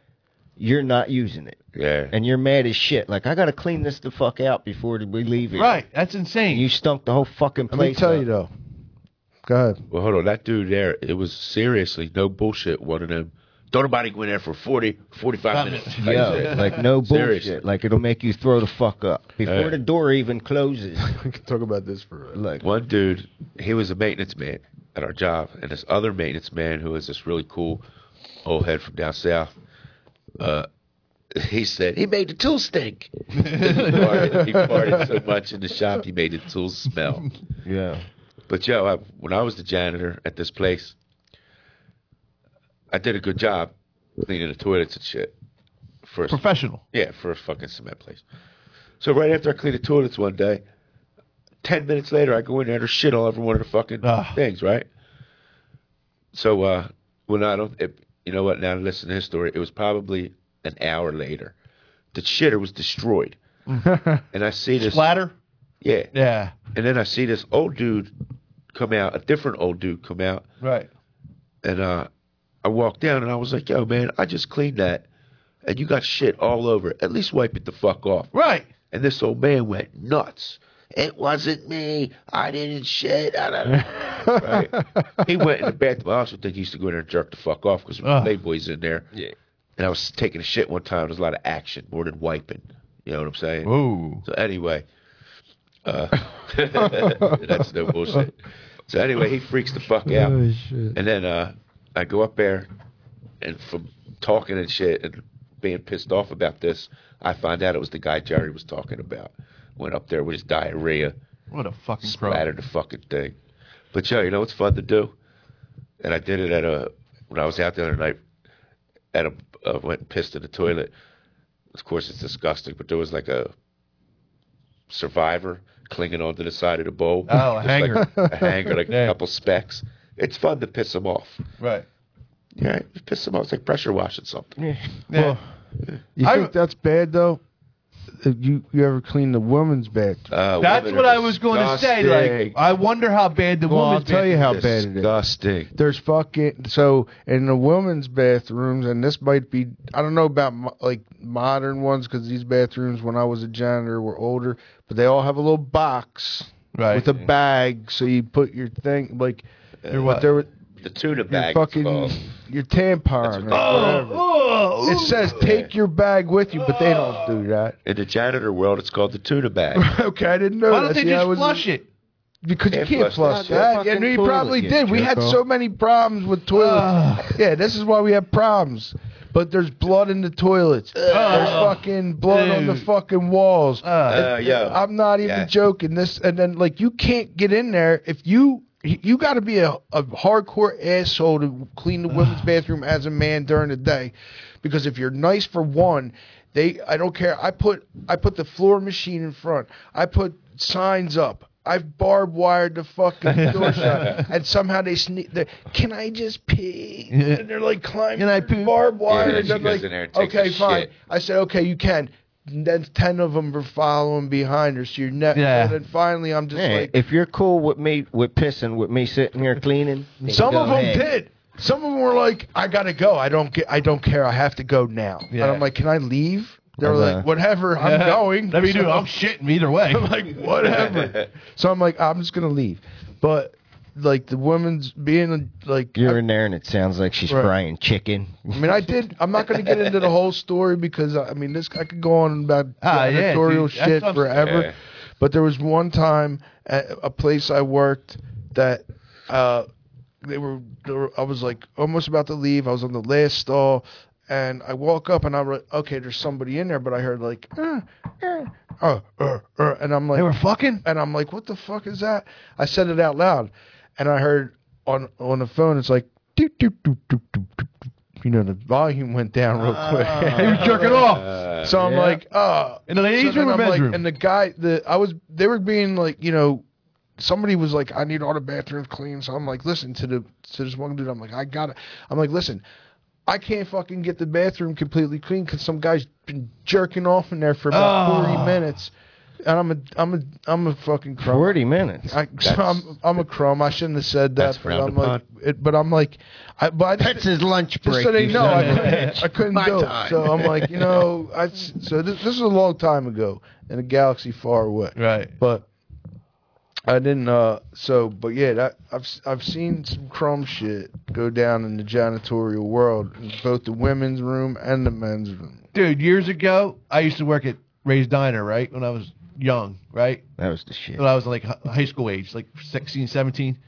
you're not using it,
Yeah.
and you're mad as shit. Like, I got to clean this the fuck out before we leave here.
right. That's insane.
And you stunk the whole fucking
Let me
place.
tell
up.
you though. Go ahead.
Well, hold on. That dude there, it was seriously no bullshit. One of them. Don't nobody go in there for 40, 45
Five
minutes.
Yo, like no bullshit.
Seriously.
Like it'll make you throw the fuck up before
Yeah.
the door even closes.
We can talk about this for. a
Like,
One dude, he was a maintenance man at our job, and this other maintenance man who was this really cool old head from down south, uh, he said he made the tools stink. he, farted, he farted so much in the shop he made the tools smell.
yeah,
But yo, I, when I was the janitor at this place, I did a good job cleaning the toilets and shit. For a
Professional.
yeah, for a fucking cement place. So right after I cleaned the toilets one day, ten minutes later I go in there and there's shit all over one of the fucking
Ugh.
things, right? So uh when I don't it, you know what, now to listen to his story, it was probably an hour later. The shitter was destroyed. and I see this
Splatter.
Yeah.
Yeah.
And then I see this old dude come out, a different old dude come out,
Right.
and uh, I walked down and I was like, "Yo, man, I just cleaned that, and you got shit all over. it. At least wipe it the fuck off."
Right.
And this old man went nuts. It wasn't me. I didn't shit. I don't-" right. He went in the bathroom. I also think he used to go in there and jerk the fuck off because
Ugh.
Playboy's in there. Yeah. And I was taking a shit one time. There was a lot of action, more than wiping. You know what I'm saying?
Ooh.
So anyway, uh, that's no bullshit. So anyway, he freaks the fuck out,
Oh, shit.
and then uh, I go up there, and from talking and shit and being pissed off about this, I find out it was the guy Jerry was talking about. Went up there with his diarrhea,
What a fucking pro.
splattered the fucking thing. But yo, you know what's fun to do? And I did it at a when I was out the other night. At a uh, went and pissed in the toilet. Of course, it's disgusting, but there was like a survivor clinging onto the side of the bowl.
Oh, a
Just like
hanger.
a hanger, like
Yeah.
a couple specks. It's fun to piss them off.
Right.
Yeah, you piss them off. It's like pressure washing something.
Yeah.
You
I-
think that's bad though? Uh, You you ever clean the woman's bathroom?
Uh,
That's
women
what
are
I was going to say. Like,
disgusting.
I wonder how bad the
Well, I'll
woman's
tell you how
bathroom is.
bad it is.
disgusting.
There's fucking so in the women's bathrooms, and this might be I don't know about mo- like modern ones because these bathrooms when I was a janitor were older, but they all have a little box
Right.
with a bag, so you put your thing like.
Your
But
what?
there were
The tuna
your
bag.
fucking
oh,
your tampon.
That's what-
or
Oh,
whatever.
oh,
It
ooh.
says take your bag with you, but they don't do that.
in the janitor world, it's called the tuna bag.
okay, I didn't know
Why
that.
don't they
See, I
just
was-
flush it?
Because you
Can't
can't
flush
flush
that.
that. And we
Fucking
probably
toilet, you
did. We had
jerk
so many problems with toilets. yeah, this is why we have problems. But there's blood in the toilets. there's fucking blood on the
Dude.
fucking walls.
Uh, yo.
I'm not even
Yeah.
joking. This and then like you can't get in there if you you got to be a, a hardcore asshole to clean the women's bathroom as a man during the day, because if you're nice for one, they I don't care. I put I put the floor machine in front. I put signs up. I've barbed wired the fucking door shut, and somehow they sneak. They, Can I just pee? And they're like climbing.
Can I
through
poo?
barbed wire?
Yeah,
and
she
I'm
goes
like,
in there and takes
okay,
a
fine.
shit.
I said, okay, you can. And then ten of them were following behind her, so you're net.
Yeah.
And then finally, I'm just
Hey,
like,
if you're cool with me with pissing, with me sitting here cleaning, then
some
go
of them
ahead.
did. Some of them were like, I gotta go. I don't get. I don't care. I have to go now.
Yeah.
And I'm like, can I leave? They were
Uh-huh.
like, whatever. I'm going.
Let me do.
So-
I'm shitting either way.
I'm like,
Uh,
whatever. so I'm like, I'm just gonna leave. But like the woman's being like,
You're in there, and it sounds like she's
Right.
frying chicken.
I mean, I did. I'm not going to get into the whole story because I mean, this I could go on about
Ah, yeah,
editorial
dude. That's
shit
what I'm-
forever.
Yeah.
But there was one time at a place I worked that uh, they, were, they were. I was like almost about to leave. I was on the last stall, and I walk up and I'm like, okay, there's somebody in there. But I heard like, uh, uh, uh, uh, uh, and I'm like,
They were fucking.
and I'm like, what the fuck is that? I said it out loud, and I heard on on the phone, it's like, doot, doot, doot, doot, doot, doot, doot. you know, the volume went down real quick.
They were jerking off
so I'm like, oh.
in the ladies'
then
room or
I'm like-
bedroom.
and the guy, the I was, they were being like, you know, somebody was like, I need all the bathrooms clean. So I'm like, listen to the to this one dude. I'm like, I got it. I'm like, listen. I can't fucking get the bathroom completely clean because some guy's been jerking off in there for about
Oh.
40 minutes, and I'm a I'm a I'm a fucking crumb.
Forty minutes.
I, so I'm, I'm a crumb. I shouldn't have said that.
That's
but I'm
frowned
like, it, but I'm like, I, but I just,
That's his lunch break.
just so they
you
know,
son
I
of a
couldn't,
bitch.
I couldn't
My
do it.
time.
So I'm like, you know, I s- so this, this is a long time ago in a galaxy far away,
right.
but I didn't. uh So, but yeah, that, I've s- I've seen some crumb shit go down in the janitorial world, in both the women's room and the men's room.
Dude, years ago, I used to work at Ray's Diner, right? When I was young, right?
That was the shit.
When I was like hi- high school age, like 16, 17.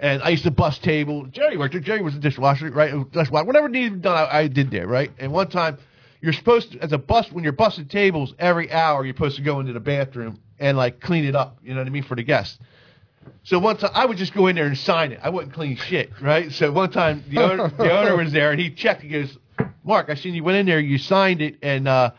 And I used to bus table. Jerry worked there. Jerry was a dishwasher, right? Dishwasher. Whatever needed done, I, I did there, right? And one time, you're supposed to, as a bus, when you're bussing tables, every hour you're supposed to go into the bathroom and like clean it up, you know what I mean, for the guests. So one time, I would just go in there and sign it. I wouldn't clean shit, right? So one time, the owner, the owner was there and he checked. He goes, "Mark, I seen you went in there. You signed it, and uh,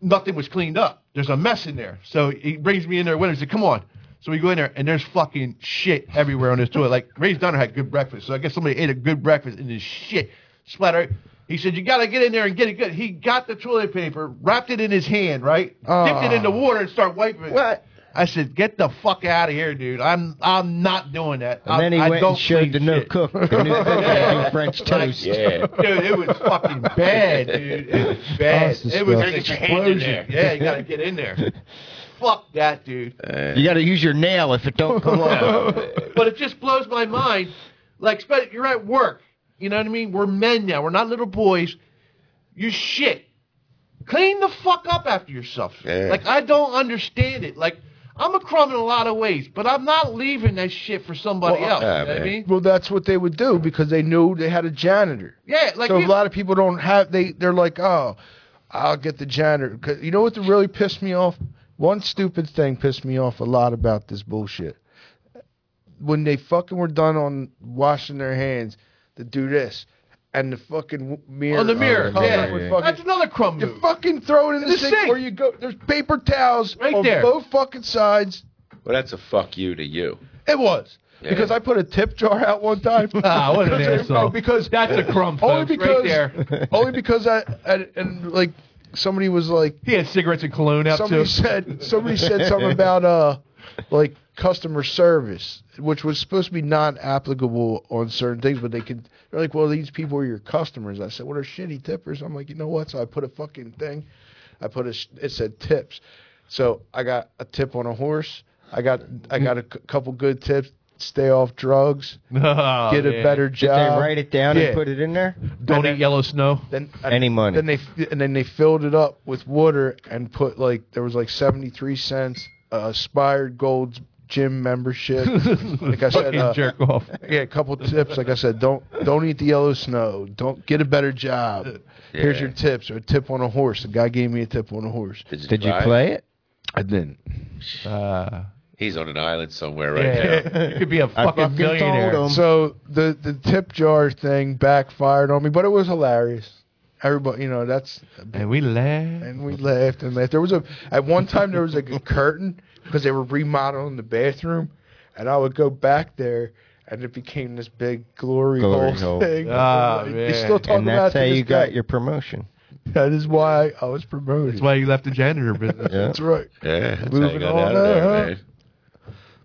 nothing was cleaned up. There's a mess in there." So he brings me in there with him. He said, "Come on." So we go in there and there's fucking shit everywhere on this toilet. Like Ray's Donner had good breakfast, so I guess somebody ate a good breakfast and this shit splattered. He said, "You gotta get in there and get it good."
Ah.
He got the toilet paper, wrapped it in his hand, right, dipped it in the water, and start wiping it.
What?
I said, "Get the fuck out of here, dude. I'm I'm not doing that."
And then he
I, I
went
don't
and showed
clean
the no
shit."
cook, the new cook that do French toast.
Yeah.
Dude, it was fucking bad, dude. It was
Oh,
bad.
it's
it was an
disgusting.
Get your hand in
explosion. Yeah, you gotta get in there. Fuck that, dude.
Uh,
You got to use your nail if it don't come off.
But it just blows my mind. Like, spe- you're at work. You know what I mean? We're men now. We're not little boys. You shit. Clean the fuck up after yourself.
Yeah.
Like, I don't understand it. Like, I'm a crumb in a lot of ways, but I'm not leaving that shit for somebody
Well,
else.
yeah,
you know what I
man.
mean?
Well, that's what they would do because they knew they had a janitor.
Yeah, like
so a
you-
lot of people don't have they. They're like, oh, I'll get the janitor. 'Cause you know what that really pissed me off? One stupid thing pissed me off a lot about this bullshit. When they fucking were done on washing their hands, to do this and the fucking w- mirror
On the mirror,
covered
Oh, yeah.
with
Yeah.
fucking-
that's another crumb
you
move.
fucking throw it in,
In
the,
the
sink,
sink.
or you go. There's paper towels
Right
on
there.
both fucking sides.
Well, that's a fuck you to you.
It was
Yeah.
because I put a tip jar out one time.
Ah, what an
Because-
asshole.
Because
That's a crumb,
only
folks, right
because
there.
only because I, I and like somebody was like
He had cigarettes and cologne out,
somebody
too.
said somebody said something about uh like customer service, which was supposed to be non applicable on certain things, but they could they're like, well, these people are your customers. I said, well, they're shitty tippers. I'm like, you know what? So I put a fucking thing. I put a sh- it said tips. So I got a tip on a horse. I got I got a c- couple good tips. Stay off drugs.
Oh,
Get a
yeah.
better
Did they
job.
write it down
Yeah.
and put it in there?
Don't eat yellow snow.
Then
Any money.
Then they f- and then they filled it up with water and put like there was like seventy three cents uh, expired gold gym membership. like I said,
Fucking
uh,
jerk off.
yeah, a couple tips. Like I said, don't don't eat the yellow snow. Don't get a better job. Here's
Yeah.
your tips or a tip on a horse. The guy gave me a tip on a horse.
Did you
try it?
play it?
I didn't.
Uh,
He's on an island somewhere right now.
yeah. You could be a fucking,
fucking
millionaire.
told 'em.
So the the tip jar thing backfired on me, but it was hilarious. Everybody, you know, that's
And we laugh.
and we laughed and laughed. There was a at one time there was like a curtain because they were remodeling the bathroom, and I would go back there. And it became this big glory,
Glory
hole,
hole.
thing.
Ah,
Like,
man.
They still talking
And that's
about it to
how
this
you got
day.
your promotion.
That is why I was promoted.
That's why you left the janitor business.
Yeah.
That's right.
Yeah, that's how you
Moving
got
on
out of there,
up.
man.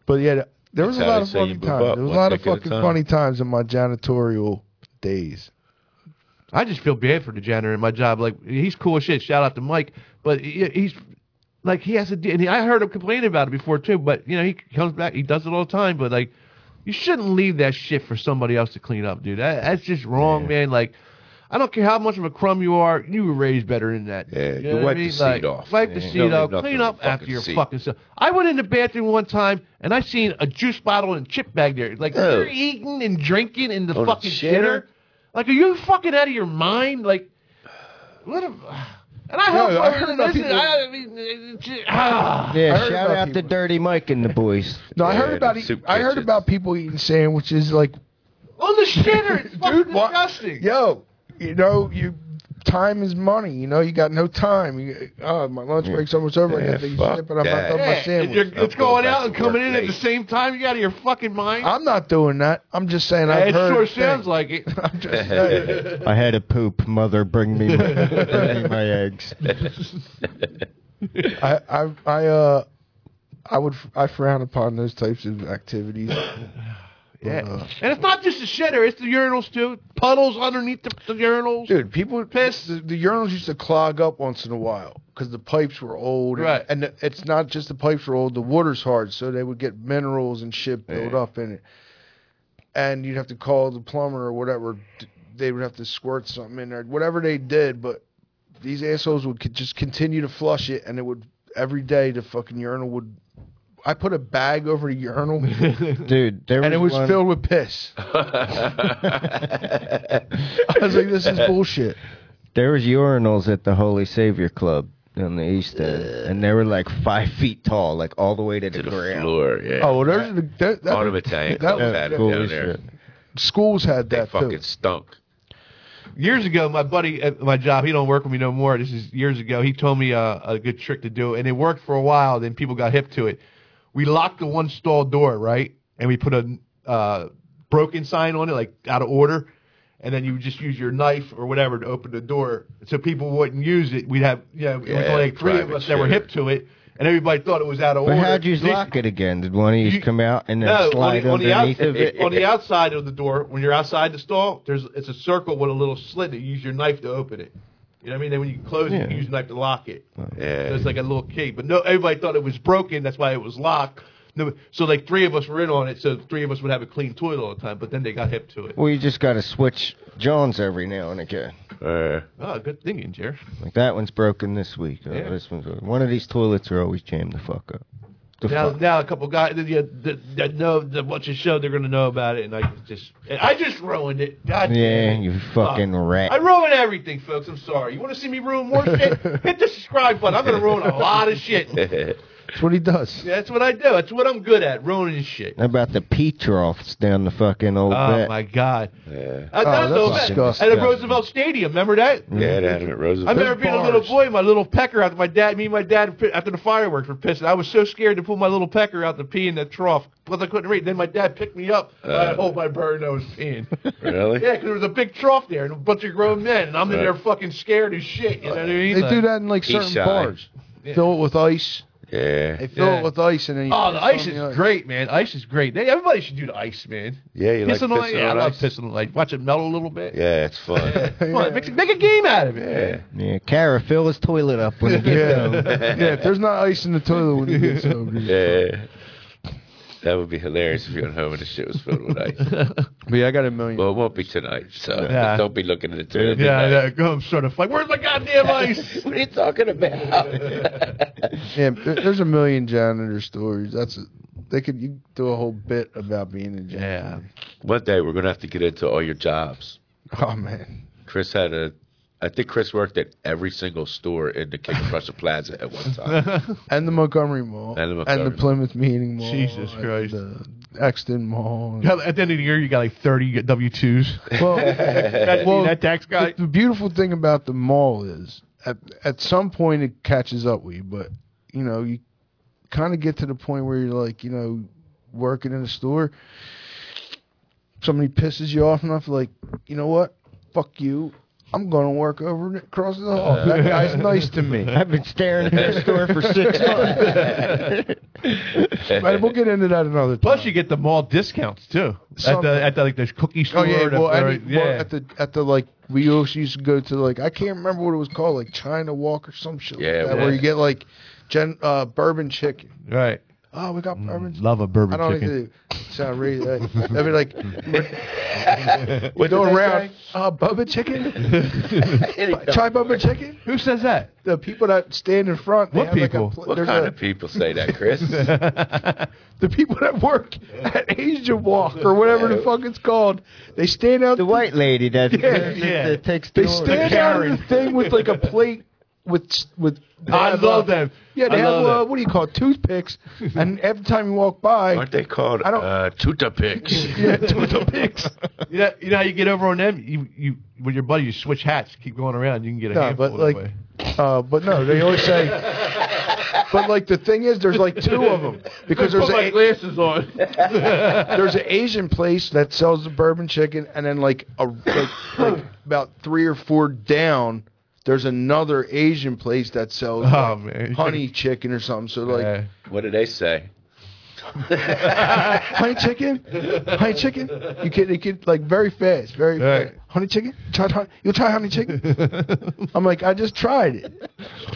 But yeah, there was a
That's how
lot
they
of
say you
funny
move
times.
up,
There was a
one
lot of
tick at a
fucking
time.
funny times in my janitorial days.
I just feel bad for the janitor in my job. Like he's cool as shit. Shout out to Mike, but he, he's like he has to. do- And I heard him complaining about it before too. But you know he comes back. He does it all the time. But like you shouldn't leave that shit for somebody else to clean up, dude. That, that's just wrong, man. Like. I don't care how much of a crumb you are, you were raised better than that.
Yeah,
you
you
know what I
wipe the
mean?
seat
Like,
off.
Wipe the
Yeah.
seat
Don't leave
off,
nothing
clean
on
up
the fucking
after your
seat.
fucking self. uh, I went in the bathroom one time and I seen a juice bottle and chip bag there. Like
Oh.
you're eating and drinking in the
On a
fucking
shitter?
shitter. Like, are you fucking out of your mind? Like, what? A, and I hope
No, I heard
I,
about
listen,
people-
I, I mean, it's just- ah.
I
Yeah,
heard
shout
about
out to
people-
Dirty Mike and the boys.
No, I
Yeah,
heard about
the
e-
soup
I heard
kitchens.
about people eating sandwiches like
on the shitter. It's fucking
Dude, what-
disgusting.
Yo, you know, you time is money. You know, you got no time. You, oh, my lunch break's almost over. I
Yeah,
got these
fuck
shit, but I'm
that.
not done my
Yeah, and you're-
sandwich.
it's
I'm going
going
back
out
to
and coming
work
in at
late.
the same time. You out of your fucking mind.
I'm not doing that. I'm just saying. I've
it
heard
sure
things.
sounds like it.
I'm just saying.
I had a poop. Mother, bring me my, bring me my eggs.
I, I, I, uh, I would, I frown upon those types of activities.
Yeah.
Uh,
and it's not just the shitter; it's the urinals too. Puddles underneath the, the urinals.
Dude, people piss. The, the urinals used to clog up once in a while because the pipes were old. and-
Right.
And, the- it's not just the pipes were old; the water's hard, so they would get minerals and shit built up in it. And you'd have to call the plumber or whatever. d- They would have to squirt something in there, whatever they did. But these assholes would co- just continue to flush it, and it would every day the fucking urinal would. I put a bag over the urinal,
Dude, there
and it was
one-
filled with piss. I was like, "This is bullshit."
There was urinals at the Holy Savior Club on the East End, and they were like five feet tall, like all the way to the,
To the
ground.
floor, yeah.
Oh, well, there's the that, that,
All them Italian
that-
clubs had it
Holy
down there.
shit.
schools had
They
that
fucking
too.
stunk.
years ago, my buddy at my job, he don't work with me no more. This is years ago. He told me uh, a good trick to do, and it worked for a while. Then people got hip to it. We locked the one stall door, right, and we put a uh, broken sign on it, like out of order. And then you would just use your knife or whatever to open the door, so people wouldn't use it. We'd have, yeah, it was
Yeah,
only like three of
private
us that were
shit.
hip to it, and everybody thought it was out of
But
order.
how'd you
They-
lock it again? Did one of you
You-
come out and then
no,
slide
on the, on,
underneath
the out,
of it?
on the outside of the door, when you're outside the stall, there's it's a circle with a little slit that you use your knife to open it. You know what I mean? Then when you close it,
Yeah.
you use your knife to lock it. So
Yeah.
it's like a little key. But no, everybody thought it was broken. That's why it was locked. No, so like three of us were in on it. So three of us would have a clean toilet all the time. But then they got hip to it.
Well, you just got to switch Johns every now and again.
Uh,
Oh, good thinking, Jer.
Like that one's broken this week. Oh,
Yeah.
This one's one of these toilets are always jammed the fuck up. The
Now,
fuck.
now a couple guys that, yeah, that, that know that watch the show, they're gonna know about it. And I just, and I just ruined it. God
yeah,
damn it.
you fucking rat.
I ruin everything, folks. I'm sorry. You want to see me ruin more shit? Hit the subscribe button. I'm going to ruin a lot of shit.
That's what he does.
Yeah, that's what I do. That's what I'm good at, ruining shit.
How about the Petroffs down the fucking old
Oh,
bet?
my God.
yeah.
I,
Oh, that's disgusting.
At a Roosevelt Stadium, remember that?
Yeah, that happened at
I
Roosevelt.
remember being a little boy, my little pecker after my dad, me and my dad, pi- after the fireworks were pissing. I was so scared to pull my little pecker out to pee in the trough because I couldn't read. Then my dad picked me up. and I
Uh.
hold my bird nose peeing.
Really?
yeah, because there was a big trough there and a bunch of grown men, and I'm in
Right.
there fucking scared as shit. You know what I mean?
They
Like-
do that in like
He
certain
shy.
bars.
Yeah.
Fill it with ice.
Yeah.
They fill
Yeah.
it with ice and then. You
Oh, the
piss
ice
on
is great, man. Ice is great. They, everybody should do the ice, man.
Yeah, you like
Pissing on,
pissing
yeah,
on
I love
ice?
pissing on ice. Watch it melt a little bit.
Yeah, it's fun.
Come on, make, make a game out of it.
yeah.
yeah, Kara, fill his toilet up when he gets
Yeah.
home.
yeah, if there's not ice in the toilet when he gets home. dude.
Yeah. That would be hilarious if you went home and the shit was filled with ice.
But yeah, I got a million.
Well, it won't be tonight, so
Yeah.
don't be looking at the toilet.
Yeah,
tonight.
yeah. uh, Go, I'm sort of like, where's my goddamn ice?
what are you talking about?
Yeah, there- there's a million janitor stories. That's a, they could you could do a whole bit about being a
yeah.
janitor.
One day we're gonna have to get into all your jobs.
Oh man,
Chris had a, I think Chris worked at every single store in the King of Prussia Plaza at one time.
and the Montgomery Mall,
And the
and
Montgomery.
the Plymouth Meeting Mall,
Jesus
and
Christ.
the Exton Mall.
Got- At the end of the year, you got like 30 W 2s.
well,
Well, that tax guy.
the, the beautiful thing about the mall is at at some point it catches up with you, but you know you kind of get to the point where you're like you know working in a store, somebody pisses you off enough, like you know what, fuck you. I'm gonna work over n- across the hall. That guy's nice to me.
I've been staring at that store for six months.
But we'll get into that another time.
Plus, you get the mall discounts too. At
Some-
the, at the like the cookie store.
Oh yeah,
the-
well, any,
yeah.
well at the at the like we always used to go to like I can't remember what it was called like China Walk or some shit
Yeah,
like that, where
yeah.
you get like gen, uh, bourbon chicken.
right.
Oh, we got bourbon. chicken.
Love a Mm. bourbon
I don't
chicken.
need to sound really. Like, I mean, like
What
go
did they
around. Uh, Bubba chicken.
say?
Try Bubba chicken.
Who says that?
The people that stand in front. they
What
have, like, a
people?
pl-
What
there's
kind
a-
of people say that, Chris?
the people that work at Asia Walk or whatever the fuck it's called. They stand out.
the white lady that, that,
yeah.
that takes the
They stand out in the thing with like a plate with with.
I
have,
love
uh,
them.
Yeah, they
I
have
love
uh,
them.
what do you call it, toothpicks, and every time you walk by,
Aren't they called
I don't-
uh, tuta picks?
yeah, toothpicks.
You know, you know how you get over on them. You you with your buddy, you switch hats, keep going around. You can get a
No,
handful
but
that
like,
way.
uh, but no, they always say. But like the thing is, there's like two of them because there's
Put my
a,
glasses on.
there's an Asian place that sells the bourbon chicken, and then like a like, like about three or four down, there's another Asian place that sells
Oh
like,
man,
honey chicken or something. So like
Yeah.
What do they say?
honey chicken, honey chicken. You can they get like very fast, very
Right.
fast. honey chicken. Try honey. You try honey chicken. I'm like I just tried it,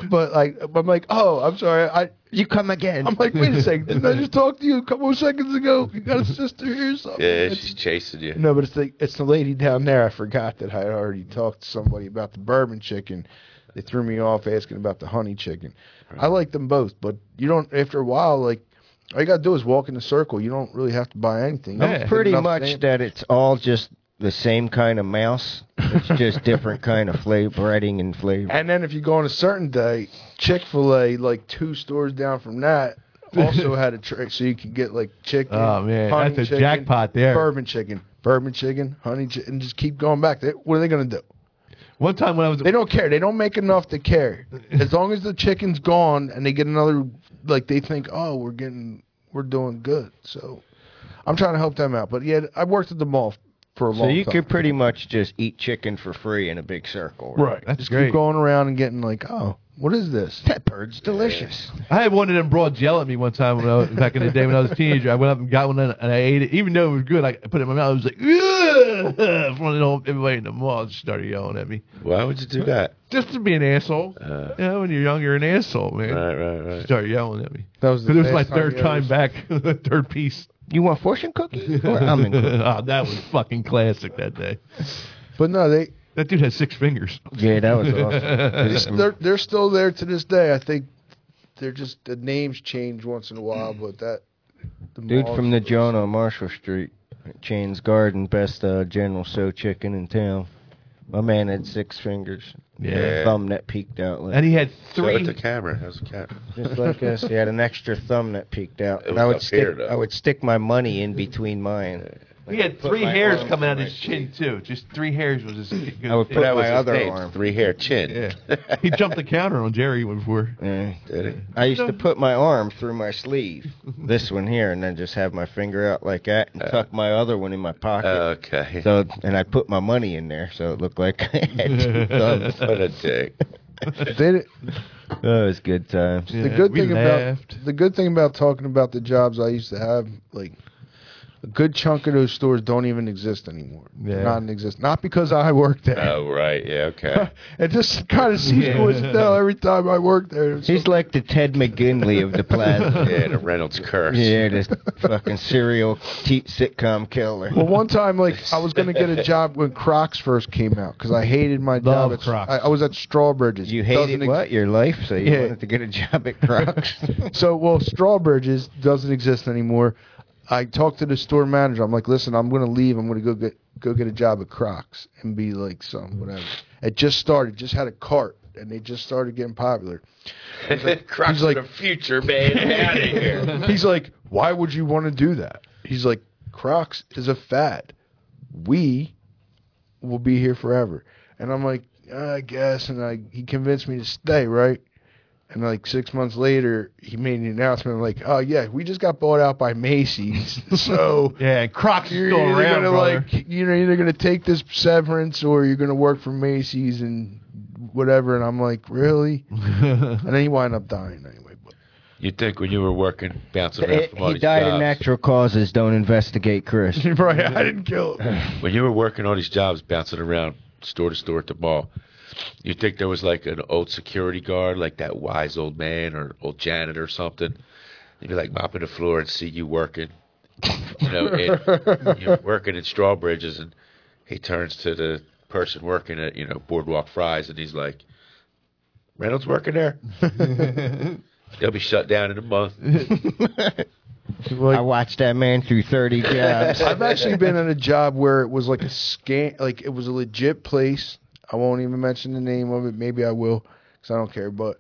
but like I'm like oh I'm sorry I.
You come again.
I'm like, wait a second! Didn't I just talk to you a couple of seconds ago? You got a sister here or something?
Yeah,
It's-
she's chasing you.
No, but it's the it's the lady down there. I forgot that I had already talked to somebody about the bourbon chicken. They threw me off asking about the honey chicken. I like them both, but you don't. After a while, like all you gotta do is walk in a circle. You don't really have to buy anything. You
I'm
just hit
pretty
enough
much
stamp-
that it's all just the same kind of mouse. It's just different kind of flavoring and flavor.
And then if you go on a certain day, Chick Fil A, like two stores down from that, also had a trick so you could get like chicken.
Oh, man,
honey
that's a
chicken,
jackpot there.
Bourbon chicken, bourbon chicken, honey, chi- and just keep going back. They, what are they gonna do?
One time when I was
They don't care. They don't make enough to care. As long as the chicken's gone and they get another, like they think, oh, we're getting, we're doing good. So, I'm trying to help them out. But yeah, I worked at the mall for a
So
long
you
time.
could pretty much just eat chicken for free in a big circle.
right.
That's
Just
great.
keep going around and getting like, oh, What is this?
That bird's delicious.
I had one of them broads yell at me one time when I was, back in the day when I was a teenager. I went up and got one and and I ate it, even though it was good. I put it in my mouth. I was like, "Ugh!" in front of all- everybody in the mall just started yelling at me
Why would you do that?
just to be an asshole.
Uh,
Yeah, when you're young, you're an asshole, man.
right, right, right.
Start yelling at me.
That was the
But it was my
last
third
you
time
ever-
back, the third piece.
You want fortune cookie or almond cookie?
oh, that was fucking classic that day.
But no, they
That dude had six fingers.
Yeah, that was awesome.
It's- they're they're still there to this day. I think they're just the names change once in a while,
Mm.
but that the
Dude
malls-
from the John on Marshall Street, Chain's Garden, best uh, General So chicken in town. My man had six fingers.
Yeah.
Thumb that peeked out. Like,
And he had
Show it
three.
the camera. That was a cat.
just like us. He had an extra thumb that peeked out.
It
And
was
I would
up here,
stick
though.
I would stick my money in between mine.
He had three hairs coming out of his chin too. Just three hairs was his. Good
I would
thing.
put
that was
my
his
other
name,
arm.
Three hair chin.
Yeah. he jumped the counter on Jerry one before.
Yeah.
Did it?
I used to put my arm through my sleeve, this one here, and then just have my finger out like that and tuck my other one in my pocket.
Uh. Okay.
so and I put my money in there, so it looked like I had two thumbs.
What a dick.
They di-
Oh, it was good times.
the good
we
thing
laughed.
about the good thing about talking about the jobs I used to have, like a good chunk of those stores don't even exist anymore.
Yeah.
They're not in exist. Not because I worked there.
Oh, right. Yeah, okay.
It just kind of seems
Yeah.
coincidental every time I work there. It's
He's like the Ted McGinley of the plaza.
Yeah, the Reynolds curse.
Yeah, this fucking serial te- sitcom killer.
Well, one time, like I was gonna get a job when Crocs first came out because I hated my job.
Love
at-
Crocs.
I, I was at Strawbridges.
You
Doesn't
hated
ex-
what your life, so you
Yeah.
wanted to get a job at Crocs.
So, well, Strawbridges doesn't exist anymore. I talked to the store manager. I'm like, listen, I'm gonna leave. I'm gonna go get go get a job at Crocs and be like some whatever. It just started. Just had a cart, and they just started getting popular.
Crocs
He's like-
for the future, man. out of here.
He's like, why would you want to do that? He's like, Crocs is a fad. We will be here forever. And I'm like, I guess. And I, he convinced me to stay, right? And like six months later, he made an announcement like, oh, yeah, we just got bought out by Macy's. so
Yeah, and Crocs
you're
is still
either
around,
gonna
brother.
like you know either gonna take this severance or you're gonna work for Macy's and whatever and I'm like really and then he wound up dying anyway but
You'd think when you were working, bouncing around from all
he
these
died
jobs,
of natural causes. Don't investigate Chris.
right I didn't kill him
when you were working all these jobs, bouncing around store to store at the mall, you'd think there was like an old security guard, like that wise old man or old janitor or something. You'd be like mopping the floor and see you working, you know, in, you're working in straw bridges, and he turns to the person working at you know Boardwalk Fries, and he's like, "Reynolds working there? They'll be shut down in a month."
I watched that man through thirty jobs.
I've actually been at a job where it was like a scam, like it was a legit place. I won't even mention the name of it. Maybe I will, because I don't care. But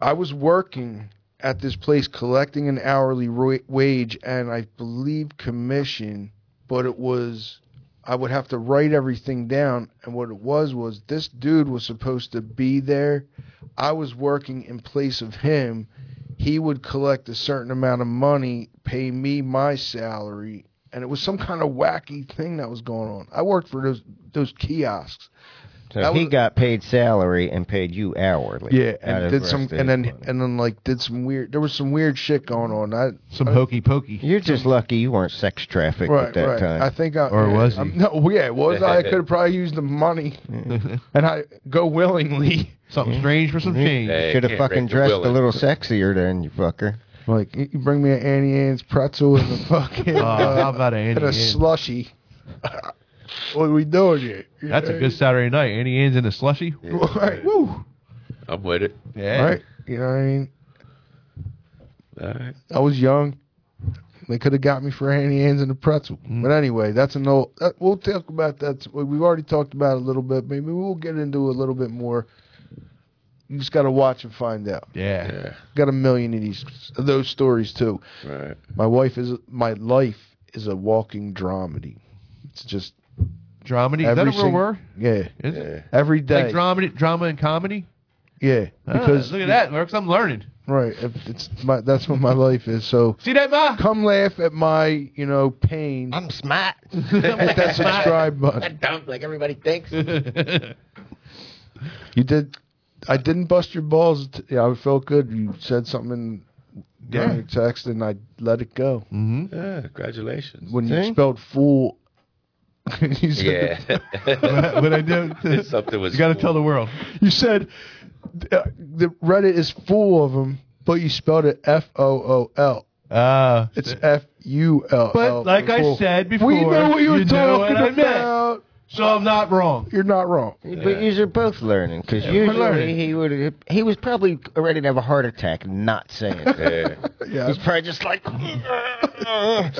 I was working at this place collecting an hourly ro- wage and I believe commission, but it was I would have to write everything down. And what it was was this dude was supposed to be there. I was working in place of him. He would collect a certain amount of money, pay me my salary, and it was some kind of wacky thing that was going on. I worked for those those kiosks.
So
That
he
was-
got paid salary and paid you hourly.
Yeah,
out
and
of
did
the
some,
rest of
and
his
then
money.
and then like did some weird. There was some weird shit going on. I
Some hokey pokey.
you're just lucky you weren't sex trafficked at that
I
time.
think I
Or was he?
I'm- no, well, yeah, it was I. I could have probably used the money,
Mm.
and I go willingly.
Something strange for some change.
Hey,
Should have
can't
fucking
break the
dressed
will
a
in.
little sexier then, you fucker.
Like you bring me an Annie Ann's pretzel and a fucking
Oh,
uh,
how about an
and a
Annie Ann's?
slushy. what are we doing here? You
That's a
know?
good Saturday night. Annie Ann's in the slushy.
Right, woo,
I'm with it.
Yeah.
right. You know what I mean?
All right.
I was young. They could have got me for Annie Ann's and a pretzel.
Mm-hmm.
But anyway, that's an old. That, we'll talk about that. We've already talked about it a little bit. Maybe we'll get into a little bit more. You just got to watch and find out.
Yeah.
Yeah.
Got a million of these of those stories too.
Right.
My wife is my life is a walking dramedy. It's just
Dramedy. Is that a
Every
real
sing-
word?
yeah,
Is it?
Yeah.
every day.
Like dramedy, drama and comedy.
yeah,
Ah,
because
look at that, Marks. I'm learning.
Right, if it's my that's what my life is. So
See that, ma?
come laugh at my you know pain.
I'm smart.
Hit that subscribe button.
Mm-hmm.
Dumb like everybody thinks.
You did I didn't bust your balls. T- yeah, I felt good. You said something in
Yeah.
your text, and I let it go.
Yeah, congratulations.
When you
See?
spelled fool, you said,
Yeah.
But I do.
Something was
You got to
cool.
tell the world.
you said uh, the Reddit is full of them, but you spelled it F O O L.
Uh,
It's F U L.
But like I said before,
we know what you were
you know what
talking
I meant.
about.
so I'm not wrong.
You're not wrong.
But you're both learning because usually
learning.
he would he was probably ready to have a heart attack not saying it.
Yeah.
Yeah,
He's probably just like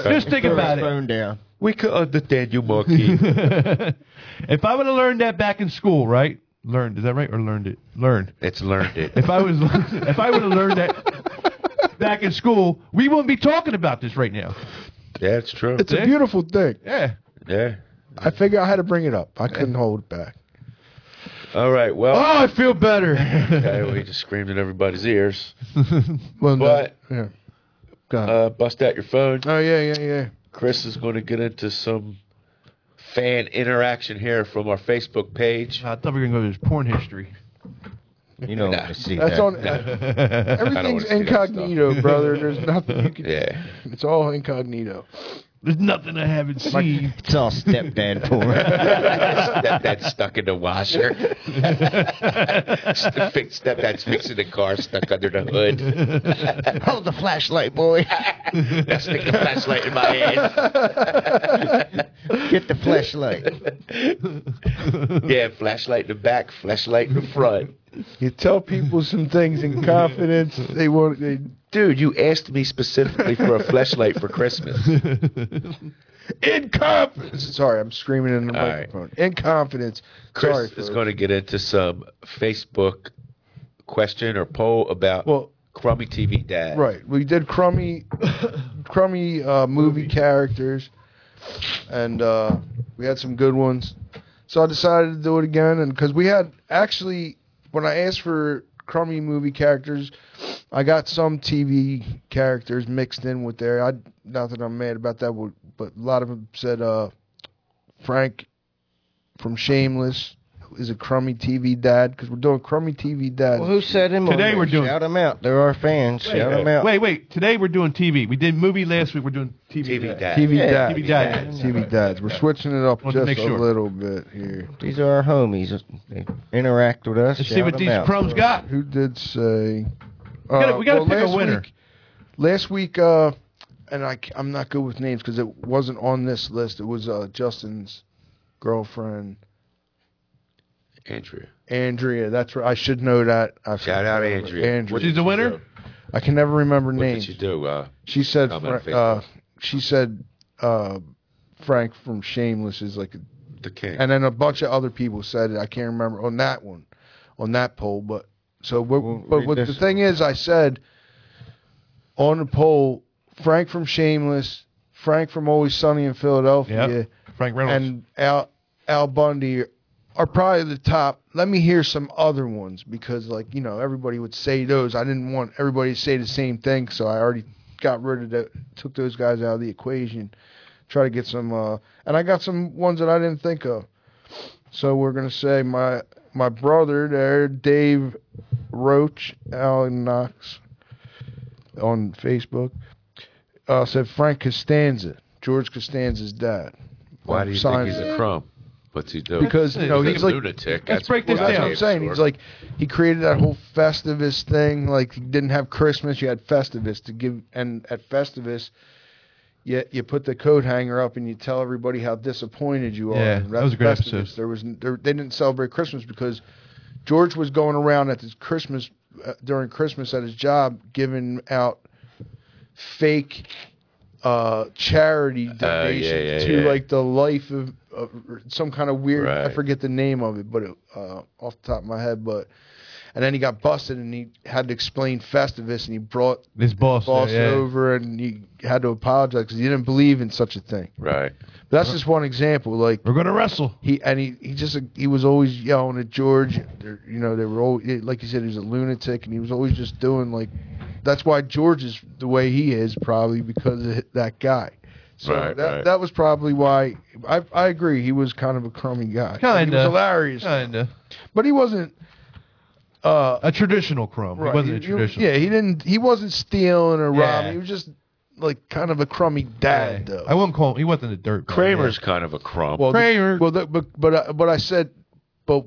Just think
throw
about
his
it.
phone down.
We could understand you, monkey.
if I would have learned that back in school, right? Learned is that right or learned it? Learned.
it's learned it.
If I was, if I would have learned that back in school, we wouldn't be talking about this right now.
Yeah, it's true.
it's a
Yeah.
beautiful thing.
Yeah.
yeah.
I figured I had to bring it up. I couldn't hold it back.
All right. Well,
Oh, I feel better.
okay, we just screamed in everybody's ears.
Well, no,
But-
yeah. Go ahead.
Uh, bust out your phone.
oh yeah, yeah, yeah.
Chris is going to get into some fan interaction here from our Facebook page.
I thought we were gonna go to this porn history.
You don't
Nah.
want to see
That's
that.
on. everything's
see that stuff.
incognito, brother. There's nothing you can.
Yeah.
It's all incognito.
There's nothing I haven't seen.
It's all stepdad porn.
Step that's stuck in the washer. Step that's fixing the car stuck under the hood.
Hold the flashlight, boy.
I stick the flashlight in my ass.
Get the flashlight.
Yeah, flashlight in the back, flashlight in the front.
You tell people some things in confidence. They want. They,
Dude, you asked me specifically for a flashlight for Christmas.
in confidence. Sorry, I'm screaming in the
All right.
microphone. In confidence.
Chris
Sorry.
is
folks.
going to get into some Facebook question or poll about
Well-
crummy TV dad.
Right. We did crummy, crummy uh, movie characters, and uh, we had some good ones. So I decided to do it again, and because we had actually, when I asked for crummy movie characters, I got some TV characters mixed in with there. I not that I'm mad about that, but- but a lot of them said uh, Frank from Shameless is a crummy TV dad because we're doing crummy TV dad.
Well, who set him on
Today
there?
we're doing-
Shout him out. They're our fans. Shout them out.
Wait, wait. Today we're doing TV. We did movie last week. We're doing TV.
TV
today.
dad.
TV
Yeah,
dad.
TV dad.
TV dads. We're switching it up
Wanted to
just
make sure.
a little bit here.
These are our homies. They interact with us.
Let's see
Shout
what
them
these
out.
crumbs got.
Who did say? Uh,
gotta- we gotta pick a
last
winner.
Week, last week, uh, and I, am not good with names because it wasn't on this list. It was uh, Justin's girlfriend,
Andrea.
Andrea. That's right. I should know that. I
Shout out Andrea.
Andrea.
What
She's
did
the
she
winner?
do?
I can never remember
What did
names.
she do? Uh,
She said.
Comment on
Fra- uh, she said. Uh, Frank from Shameless is like a
the king.
and then a bunch of other people said it. I can't remember on that one, on that poll. But so, we're,
We'll
but
read
what the
this
thing is, I said on the poll, Frank from Shameless, Frank from Always Sunny in Philadelphia,
Yep. Frank Reynolds.
and Al Al Bundy are probably the top. Let me hear some other ones because, like you know, everybody would say those. I didn't want everybody to say the same thing, so I already got rid of that. Took those guys out of the equation. Try to get some, uh, and I got some ones that I didn't think of. So we're gonna say my my brother there, Dave Roach, Alan Knox, on Facebook, uh, said Frank Costanza, George Costanza's dad
Why do you think
sign-
he's a crumb? What's he do?
because you know
he's,
he's
a
like
lunatic.
let's break this
well, that's
down.
what I'm saying. He's like he created that whole Festivus thing. Like he didn't have Christmas, you had Festivus to give, and at Festivus, you you put the coat hanger up and you tell everybody how disappointed you are.
Yeah,
And
that was a great
Festivus,
episode.
There was n- there, they didn't celebrate Christmas because George was going around at his Christmas uh, during Christmas at his job giving out fake uh charity donations
yeah,
to
yeah.
like the life of, of some kind of weird I
Right.
forget the name of it but it, uh off the top of my head but and then he got busted and he had to explain Festivus and he brought
this boss.
boss
yeah.
over and he had to apologize cuz he didn't believe in such a thing.
right.
But that's just one example like
We're gonna wrestle.
he and he, he just he was always yelling at George. There- You know, they were always, like you said, he was a lunatic, and he was always just doing like. That's why George is the way he is, probably because of that guy. So
Right,
that
right.
that was probably why I I agree he was kind of a crummy guy. He
Kinda.
was hilarious,
Kinda.
but he wasn't. uh,
A traditional crumb. He wasn't a
You- you-
traditional.
Yeah, he didn't. He wasn't stealing or
Yeah.
robbing. He was just like kind of a crummy dad, though.
I wouldn't call him. He wasn't a dirt. bum,
Kramer's kind of a crumb.
well, the-
Kramer.
well, the, but but I, but I said, but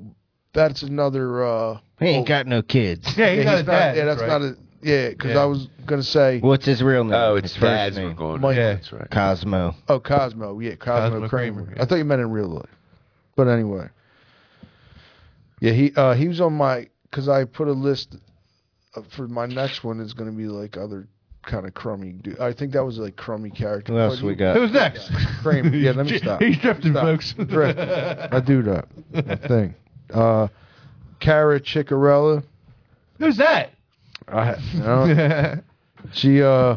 that's another. Uh,
He ain't got no kids.
Yeah, yeah he's not a
he's
dad.
Yeah, that's
right.
not a. Yeah, because
Yeah.
I was gonna say,
What's his real name?
oh, it's
His first
dads were
name.
going.
Mike-
Yeah.
That's right.
Cosmo.
oh Cosmo, yeah, Cosmo,
Cosmo
Kramer.
Kramer,
I thought you meant in real life, but anyway. Yeah, he uh, he was on my because I put a list uh, for my next one is gonna be like other kind of crummy dude. I think that was like crummy character.
Who else
But
we
he-
got?
Who's next?
Kramer. Yeah, let me stop.
He's drifting,
Stop.
folks.
Drift. I do that. I think. Uh, Cara Ciccarella.
Who's that?
I, you know, she uh,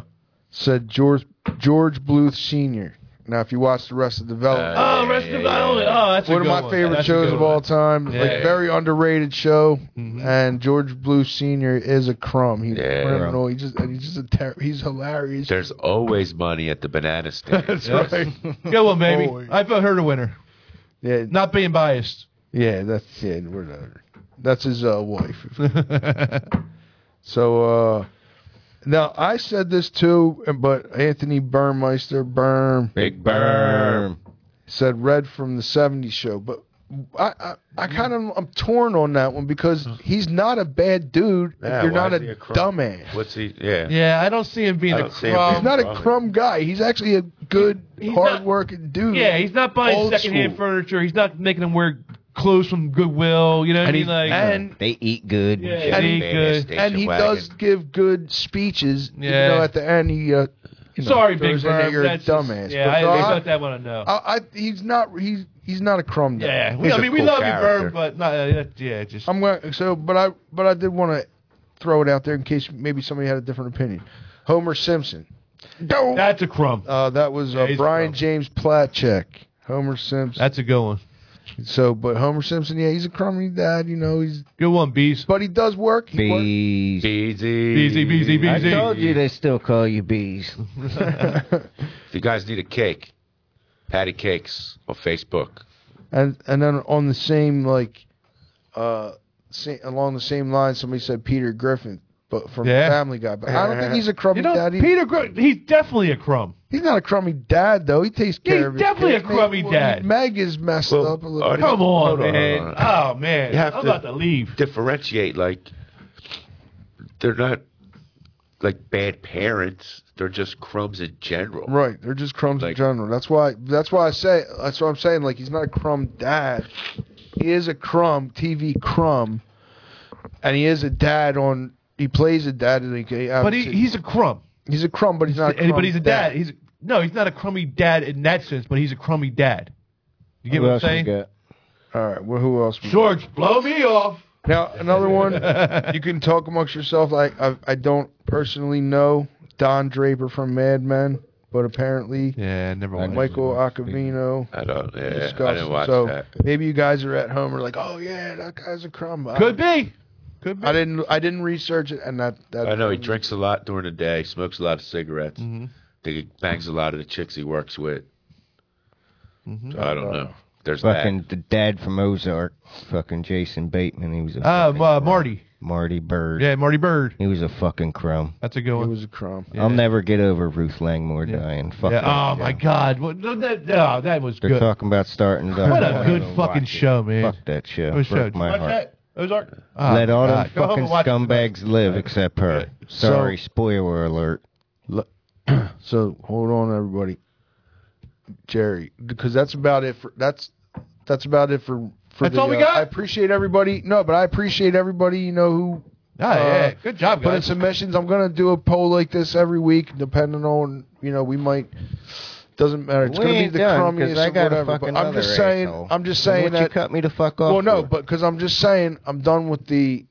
said George George Bluth Senior. Now, if you watch the rest of Development,
Uh,
Oh,
Yeah,
rest
yeah,
of
yeah,
Valley.
yeah.
Oh, that's a
one of
good
my favorite
That's a
shows
good
of
one.
all time,
Yeah.
like very underrated show.
Mhm.
And George Bluth Senior is a crumb. He's
Yeah.
a criminal. He just and he's just a ter- he's hilarious.
There's always money at the banana stand.
That's right. Good one, baby.
Boy.
I vote her the winner.
yeah,
Not being biased.
yeah, that's yeah, we're not- that's his uh, wife.
yeah,
So uh now I said this too, but Anthony Burmeister Berm
Big Berm.
said "Red from the '70s show," but I I, I
Mm-hmm.
kind of I'm torn on that one because he's not a bad dude. if
Yeah,
you're
why
not
is
a,
he a crumb?
dumbass.
What's he? Yeah.
I don't see him being
I
a
don't see him being-
He's
crumb.
not a
Probably.
crumb guy. He's actually a good,
He's not-
hard-working dude.
Yeah, he's not buying
Old
secondhand
school.
furniture. He's not making them wear clothes from Goodwill. You know what I
And
mean?
he's-
Like,
and
They eat good.
Yeah.
Yeah,
And
the
he
man
could-
at station
and he
wagon.
does give good speeches.
Yeah.
You know, at the end he. Uh, you know,
sorry, Big
throws in that
Bird.
You're a
that's just-
dumbass.
Yeah,
But
I,
no,
I
I-
vote that one a no.
I, I he's not he's he's not a crumb. guy.
yeah, we,
he's
I
a
mean, we
cool
love you,
character.
Bird, but not, uh, yeah, just
I'm going so but I but I did want to throw it out there in case maybe somebody had a different opinion. Homer Simpson. Go.
that's a crumb.
Uh, that was uh,
Yeah, he's
Brian
crumb.
James Platchek. Homer Simpson.
That's a good one.
so, but Homer Simpson, yeah, he's a crummy dad, you know. He's
Good one, Bees.
but he does work. He work-
Bees.
Beezy.
Beezy, beezy, beezy.
I told you they still call you bees.
If you guys need a cake, Patty Cakes on Facebook.
and and then on the same like, uh, sa along the same line, somebody said Peter Griffin, but from
Yeah.
Family Guy. But I don't think he's a crummy
You know,
dad. either.
Peter, Gr- he's definitely a crumb.
He's not a crummy dad though. He takes care
He's
of.
definitely
his
a
kids.
crummy
Well,
dad.
Meg is messed
Well,
up a little.
all
bit.
right.
Come on,
Hold on,
man.
hold
Oh man,
You have
I'm
to-
about to leave.
Differentiate, like, they're not like bad parents. They're just crumbs in general.
Right, they're just crumbs in
Like-
general. That's why. That's why I say. That's what I'm saying. Like he's not a crumb dad. He is a crumb TV crumb, and he is a dad on. He plays a dad, and he,
But he, he's a crumb.
he's a crumb, but he's not. A crumb
but he's a dad. He's no, he's not a crummy dad in that sense. But he's a crummy dad. You get
Who
what I'm
else we
saying?
got?
All right. Well, who else? we-
George, blow me off.
Now another one. you can talk amongst yourself. Like I, I don't personally know Don Draper from Mad Men, but apparently
Yeah, never mind.
Michael Acavino.
I don't. Yeah, I
discuss
didn't
it.
watch
so
that.
maybe you guys are at home are like, oh yeah, that guy's a crumb.
uh,
I-
Could be. Could be.
I didn't I didn't research it and that that
I know he drinks a lot during the day, smokes a lot of cigarettes.
Mm-hmm.
Think he bangs a lot of the chicks he works with.
mm-hmm.
So I don't know. There's
Fucking the dad from Ozark. Fucking Jason Bateman. He was a
Uh,
fucking
uh,
crumb.
Marty.
Marty Bird.
Yeah, Marty Bird.
He was a fucking crumb.
That's a good
He
one.
was a crumb.
Yeah.
I'll never get over Ruth Langmore
Yeah.
dying. Fuck
Yeah.
that
Oh
show.
my God. What, no, that, oh, that was
They're
good.
talking about starting. the-
What
I
a
don't
good
even
fucking
watch it.
show, man.
Fuck that show.
What show?
Broke
Did you
my
watch
heart.
that? Ozark. Oh,
Let all them
God. Go home
fucking
and watch it tonight.
scumbags live except her. Sorry, spoiler alert.
So hold on everybody. Jerry, because that's about it for that's that's about it for for
That's
the,
all we
uh,
got?
I appreciate everybody. No, but I appreciate everybody, you know, who
Ah,
uh,
yeah. Good job,
put in
guys.
submissions. I'm gonna do a poll like this every week, depending on you know, we might doesn't matter. It's
We
gonna be
ain't
the
done, 'cause
crummiest
I
or
got a
whatever.
fucking
But I'm
other
just saying
asshole.
I'm just
Why
saying
don't you
that
cut me the fuck off?
Well, no,
for?
but because I'm just saying, I'm done with the.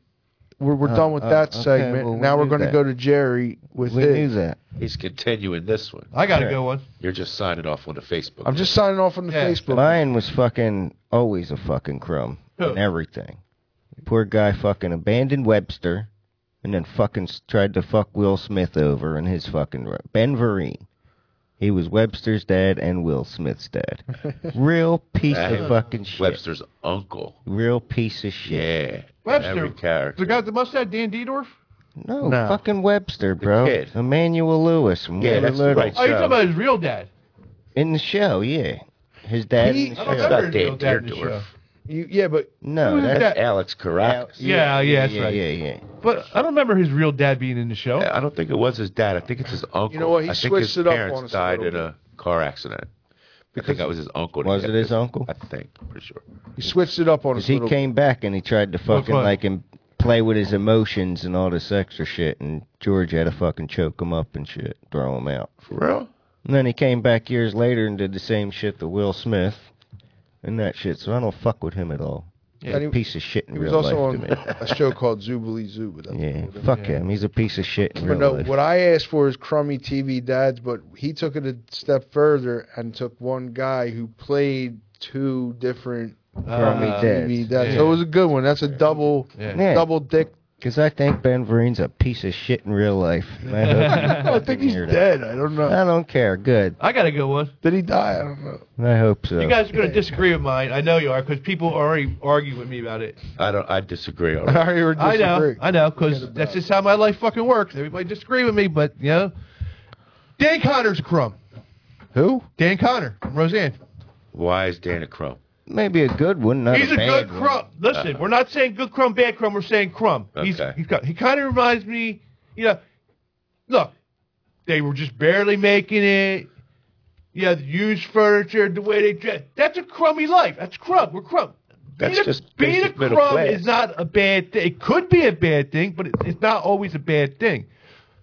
We're, we're
Oh,
done with
oh,
that
okay,
segment.
well, we
now we're
knew
going to
that.
go to Jerry with
we
it.
knew that.
that. He's continuing this one.
I got a
Yeah.
good one.
You're just signing off on the Facebook.
I'm just signing off on the
Yeah.
Facebook.
Mine was fucking always a fucking crumb
Who?
and everything. Poor guy fucking abandoned Webster, and then fucking s- tried to fuck Will Smith over and his fucking ru- Ben Vereen. He was Webster's dad and Will Smith's dad. Real piece
Hey,
of fucking shit.
Webster's uncle.
Real piece of shit.
Yeah.
Webster.
Every character.
The guy with the mustache, Dan Diedorf?
No,
No.
fucking Webster, bro.
kid.
Emmanuel Lewis from
Yeah,
Little
that's
Little.
right.
Oh, you're
So-
talking about his real dad.
In the show, yeah. His dad.
He-
in
I
the
don't
show.
It's
remember
not
his
Dan
real dad in the
Dierdorf.
show.
You, yeah, but
No, that's
that?
Alex Caracas.
Yeah, yeah, that's
yeah,
right.
Yeah, yeah.
But I don't remember his real dad being in the show.
I don't think it was his dad. I think it's his uncle.
You know what? He
I think
switched
his
it up
parents
on us a
died in
little
a car accident. I
Because-
think that was his uncle. that
Was
got
it his
killed.
uncle?
I think, for sure.
he switched it up on us.
Because he
little-
came back and he tried to fucking
what?
like and play with his emotions and all this extra shit, and George had to fucking choke him up and shit, throw him out.
For real?
And then he came back years later and did the same shit to Will Smith and that shit. So I don't fuck with him at all. He's
And
a
he-
piece of shit in
He was
real
also on
life to me.
a show called Zoobly Zoo, but that's
Yeah, fuck him. He's a piece of shit in
But
real
no,
life.
what I asked for is crummy TV dads, but he took it a step further and took one guy who played two different crummy
Uh,
TV dads.
yeah.
So it was a good one. That's a double,
Yeah.
Yeah.
double dick.
Because I think Ben Vereen's a piece of shit in real life. And I, hope
I think he's dead. I don't know.
I don't care. Good.
I got a good one.
Did he die? I don't know.
I hope so.
You guys are going to disagree with mine. I know you are because people already argue with me about it.
I don't. I disagree.
I
Already.
already
I know,
disagree.
I know, because that's just how my life fucking works. Everybody disagree with me, but you know, Dan Connor's a crumb.
Who?
Dan Connor, from Roseanne.
Why is Dan a crumb?
Maybe a good one, not
he's a,
bad
good
one.
crumb. Listen, we're not saying good crumb, bad crumb. We're saying crumb. He's,
Okay.
he's got, he kind of reminds me, you know, look, they were just barely making it. Yeah, the used furniture, the way they dress. That's a crummy life. That's crumb. We're crumb.
That's
being a,
just
being a
basic middle
crumb
class.
is not a bad thing. It could be a bad thing, but it, it's not always a bad thing.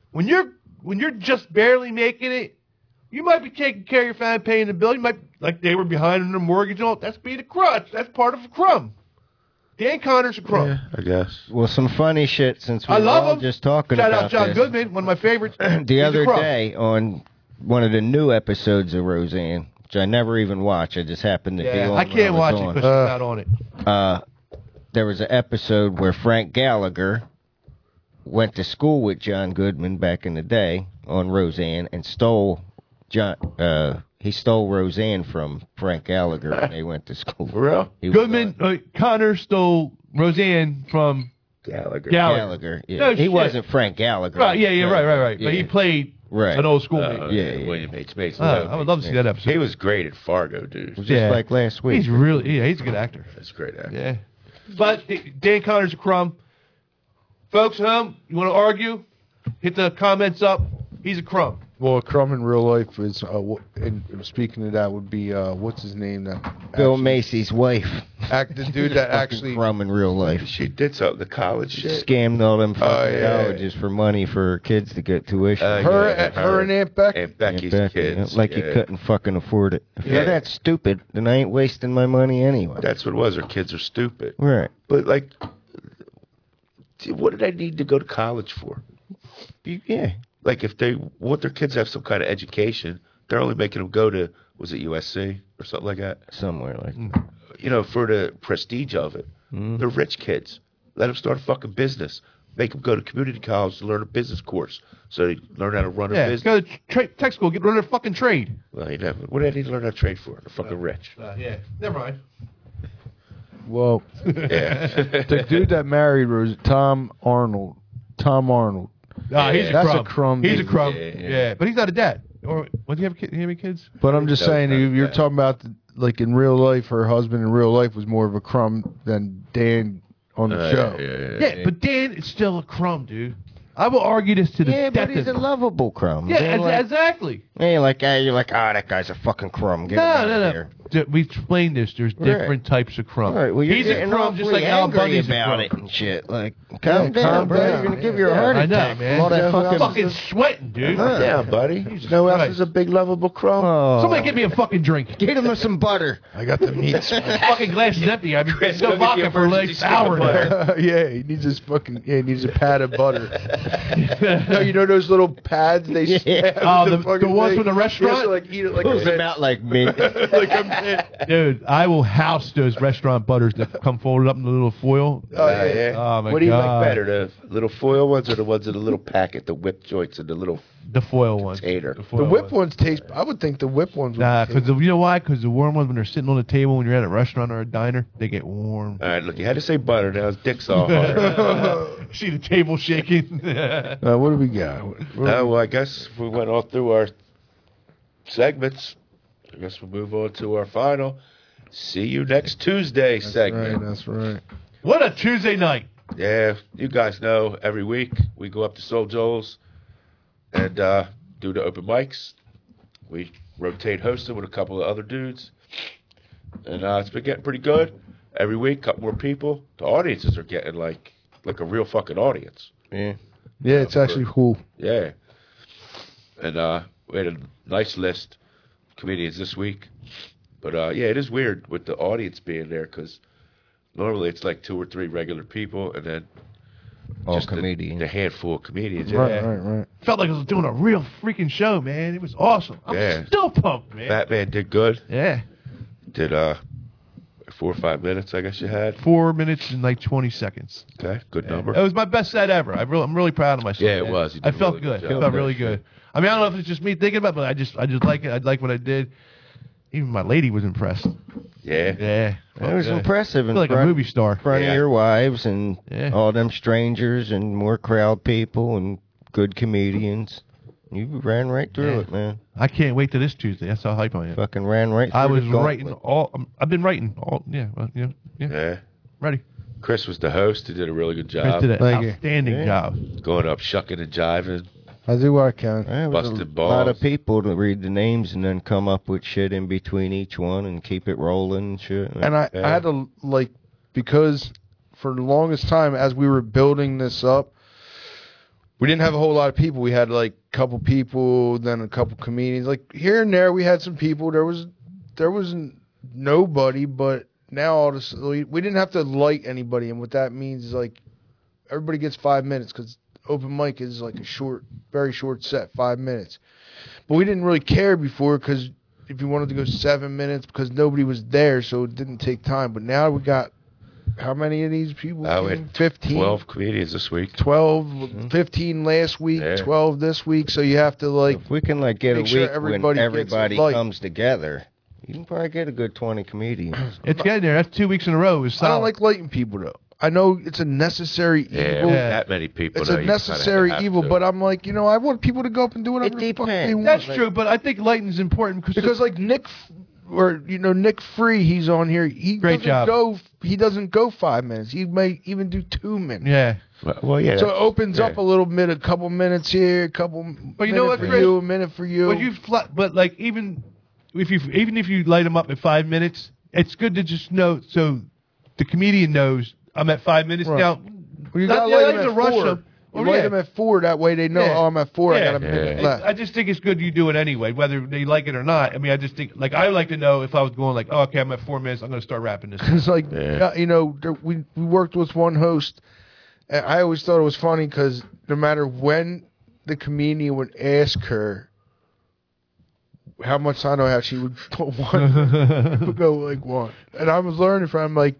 When you're when you're just barely making it, you might be taking care of your family, paying the bill. You might like they were behind on their mortgage. And all that's being a crutch. That's part of a crumb. Dan Connor's a crumb.
I guess.
Well, some funny shit since we
I
were
love
all
him.
just talking
Shout
about
out John
this.
Goodman, one of my favorites.
The
He's a
other
crumb.
day on one of the new episodes of Roseanne, which I never even watch. I just happened to be
yeah,
on.
I
when
can't
was
watch it
on.
because it's not on it.
uh, there was an episode where Frank Gallagher went to school with John Goodman back in the day on Roseanne and stole John. Uh, he stole Roseanne from Frank Gallagher when they went to school.
For real?
He was
Goodman, uh, Connor stole Roseanne from
Gallagher.
on
Gallagher.
Gallagher. Yeah.
No
he
shit.
wasn't Frank Gallagher.
Right? Yeah, yeah, right, right, right. But
Yeah.
he played
Right.
an old schoolmate.
Uh,
Yeah,
yeah,
yeah.
William H. Macy.
Uh, I would love to see that
He
episode.
was great at Fargo,
It was
dude.
just
Yeah.
like last week.
He's really yeah, he's a good actor.
That's a great actor.
Yeah. But D- Dan Connor's a crumb. Folks at home, you want to argue? Hit the comments up. He's a crumb.
Well, a crumb in real life is, uh, wh- and speaking of that, would be uh, what's his name? That
Bill
actually-
Macy's wife.
Act the dude
He's a
that
fucking
actually.
crumb in real life.
She did something. The college shit.
Scammed all them fucking
Oh, yeah.
colleges for money for her kids to get tuition.
Uh,
Her,
Yeah,
her, and Aunt Becky.
Aunt Becky's
Yeah, Becky,
kids.
yeah, Like you
yeah.
couldn't fucking afford it. If
Yeah.
you're that stupid, then I ain't wasting my money anyway.
That's what it was. Her kids are stupid.
right.
But like, gee, what did I need to go to college for?
You- yeah.
Like, if they want their kids to have some kind of education, they're only making them go to was it USC or something like that.
Somewhere like
You know, for the prestige of it. They're rich kids. Let them start a fucking business. Make them go to community college to learn a business course, so they learn how to run a
Yeah.
business.
Go to tra- tech school, get rid of the fucking trade.
Well, you know, what do I need to learn how to trade for? They're fucking rich.
Uh, yeah. Never mind.
Well,
Yeah.
the dude that married Rose, Tom Arnold. Tom Arnold.
Nah, he's a
That's a
crumb.
crumb,
He's
dude.
a crumb.
Yeah,
Yeah,
yeah.
but he's not a dad. Or what do you have? Kid, you have any kids?
But I'm just
That was
saying,
not
you, you're
bad.
talking about the, like in real life, her husband in real life was more of a crumb than Dan on the
Uh,
show.
yeah,
Yeah, but Dan is still a crumb, dude. I will argue this to the
Yeah,
death.
but he's a
of-
lovable crumb.
yeah,
They
ex-
like,
exactly.
hey, like ah, you're like, ah, that guy's a fucking crumb. Get
No,
him out
no,
of
no.
Here.
D- We explained this. There's
Right.
different types of crumb.
All right, well, you're
he's a
getting
crumb just
awfully
like Al
angry
Bundy's a
about
crumb.
it and shit. Like, calm
Yeah,
down,
calm
bro.
down.
You're gonna give your
Yeah.
heart
I know,
attack. from
man.
All that
You know who else
fucking.
Fucking sweating, dude.
Huh.
Yeah, buddy.
Jesus
no else
Christ.
is a big lovable crumb.
Oh.
Somebody get me a fucking drink.
Get him some butter.
I got the meat.
fucking glass is empty. I've been
Chris,
still
go get the
vodka for like
emergency
an hour
stop
now.
yeah, he needs his fucking. Yeah, he needs a pat of butter.
No, you know those little pads they
Yeah.
stab
Oh,
the,
the-
fucking
the ones
thing?
from the
You have
restaurant?
to, like eat it like
Pulls
a
him out like me.
like a
Dude, I will house those restaurant butters that come folded up in the little foil.
Oh, yeah.
Oh, my
what do you
God.
like better, the little foil ones or the ones in the little packet, the whip joints and the little
The foil one.
tater?
The
foil
whip
one.
ones taste. I would think the whip ones. Would
Nah,
taste-
because Uh, you know why? Because the warm ones, when they're sitting on the table when you're at a restaurant or a diner, they get warm.
All right, look, you had to say butter. Now his dick's all hard.
See the table shaking.
Uh, what do we got?
Oh, well, I guess we went all through our segments. I guess we'll move on to our final. See you next Tuesday segment.
Right, that's right.
what a Tuesday night.
Yeah, you guys know every week we go up to Soul Joel's and uh, do the open mics. We rotate hosting with a couple of other dudes. And uh, it's been getting pretty good. Every week, couple more people. The audiences are getting like like a real fucking audience.
Yeah.
Yeah, it's actually cool.
Yeah. And uh, we had a nice list of comedians this week. But uh, yeah, it is weird with the audience being there because normally it's like two or three regular people and then
All
just the-
comedian.
The, handful of comedians. Yeah.
Right, right, right.
Felt like I was doing a real freaking show, man. It was awesome. I'm
Yeah.
still pumped, man.
Batman did good.
yeah.
Did uh four or five minutes, I guess you had.
Four minutes and like 20 seconds.
Okay, good
It
number.
was my best set ever. I really, I'm really proud of myself.
Yeah, it
man.
was. You
I
did a
felt
really good
good. It
job.
felt really good. I mean, I don't know if it's just me thinking about it, but I just, I just like it. I like what I did. Even my lady was impressed.
yeah.
Yeah.
It was
Yeah.
impressive
I
in
feel like a
front,
movie star.
front
Yeah.
of your wives and
Yeah.
all them strangers and more crowd people and good comedians. You ran right through
Yeah.
it, man.
I can't wait till this Tuesday. That's how hype I am.
Fucking ran right through
I was
the gauntlet.
writing all. um, I've been writing all. Yeah, well, yeah, yeah.
Yeah.
Ready.
Chris was the host. He did a really good
Chris
job.
did an
thank you.
outstanding
Yeah.
job.
Going up, shucking and jiving.
I do what I can.
Yeah, it was a
Busted
lot
balls.
of people to read the names and then come up with shit in between each one and keep it rolling and shit.
And I,
Yeah.
I had to like
because for the longest time as we were building this up we didn't have a whole lot of people we had like a couple people then a couple comedians like here and there we had some people there was there was n- nobody but now all this we we didn't have to light anybody and what that means is like everybody gets five minutes because open mic is like a short very short set five minutes but we didn't really care before because if you wanted to go seven minutes because nobody was there so it didn't take time but now we got how many of these people
I
came?
went
15
12 comedians this week.
12, 15 last week
Mm-hmm. Yeah.
12 this week so you have to like
if we can like get a
make
week
sure
when
everybody gets
everybody
a light.
comes together, you can probably get a good twenty comedians.
It's getting there. That's two weeks in a row. It was
i
solid.
don't like lighting people though i know it's a necessary
Yeah,
evil
Yeah.
that many people.
it's
now,
a
you kinda
necessary
have
evil
to.
but uh, i'm like you know i want people to go up and do whatever
It
the fuck they
depends.
want
That's true, but I think lighting's important because,
because like Nick F- or you know Nick Free, he's on here. He
Great
doesn't
job.
Go, he doesn't go five minutes. He may even do two minutes.
yeah.
Well, well, yeah.
So it opens
yeah.
up a little bit, a couple minutes here, a couple.
But you know
minute
what,
for
Chris?
You, a minute for you.
But you, fl- but like even if you even if you light them up at five minutes, it's good to just know so the comedian knows I'm at five minutes
Right.
now.
Well, you
not-
gotta
yeah,
light
not
them
even
at
rush
four.
them.
You
Or,
light
yeah.
them at four. That way they know.
Yeah.
Oh, I'm at four.
Yeah.
I got a minute
Yeah.
left.
I just think it's good you do it anyway, whether they like it or not. I mean, I just think like I like to know if I was going like, oh, okay, I'm at four minutes, I'm going to start wrapping this.
It's like
Yeah.
uh, you know there, we we worked with one host. And I always thought it was funny because no matter when the comedian would ask her how much time do I have, she would go one, would go like one. And I was learning from I'm like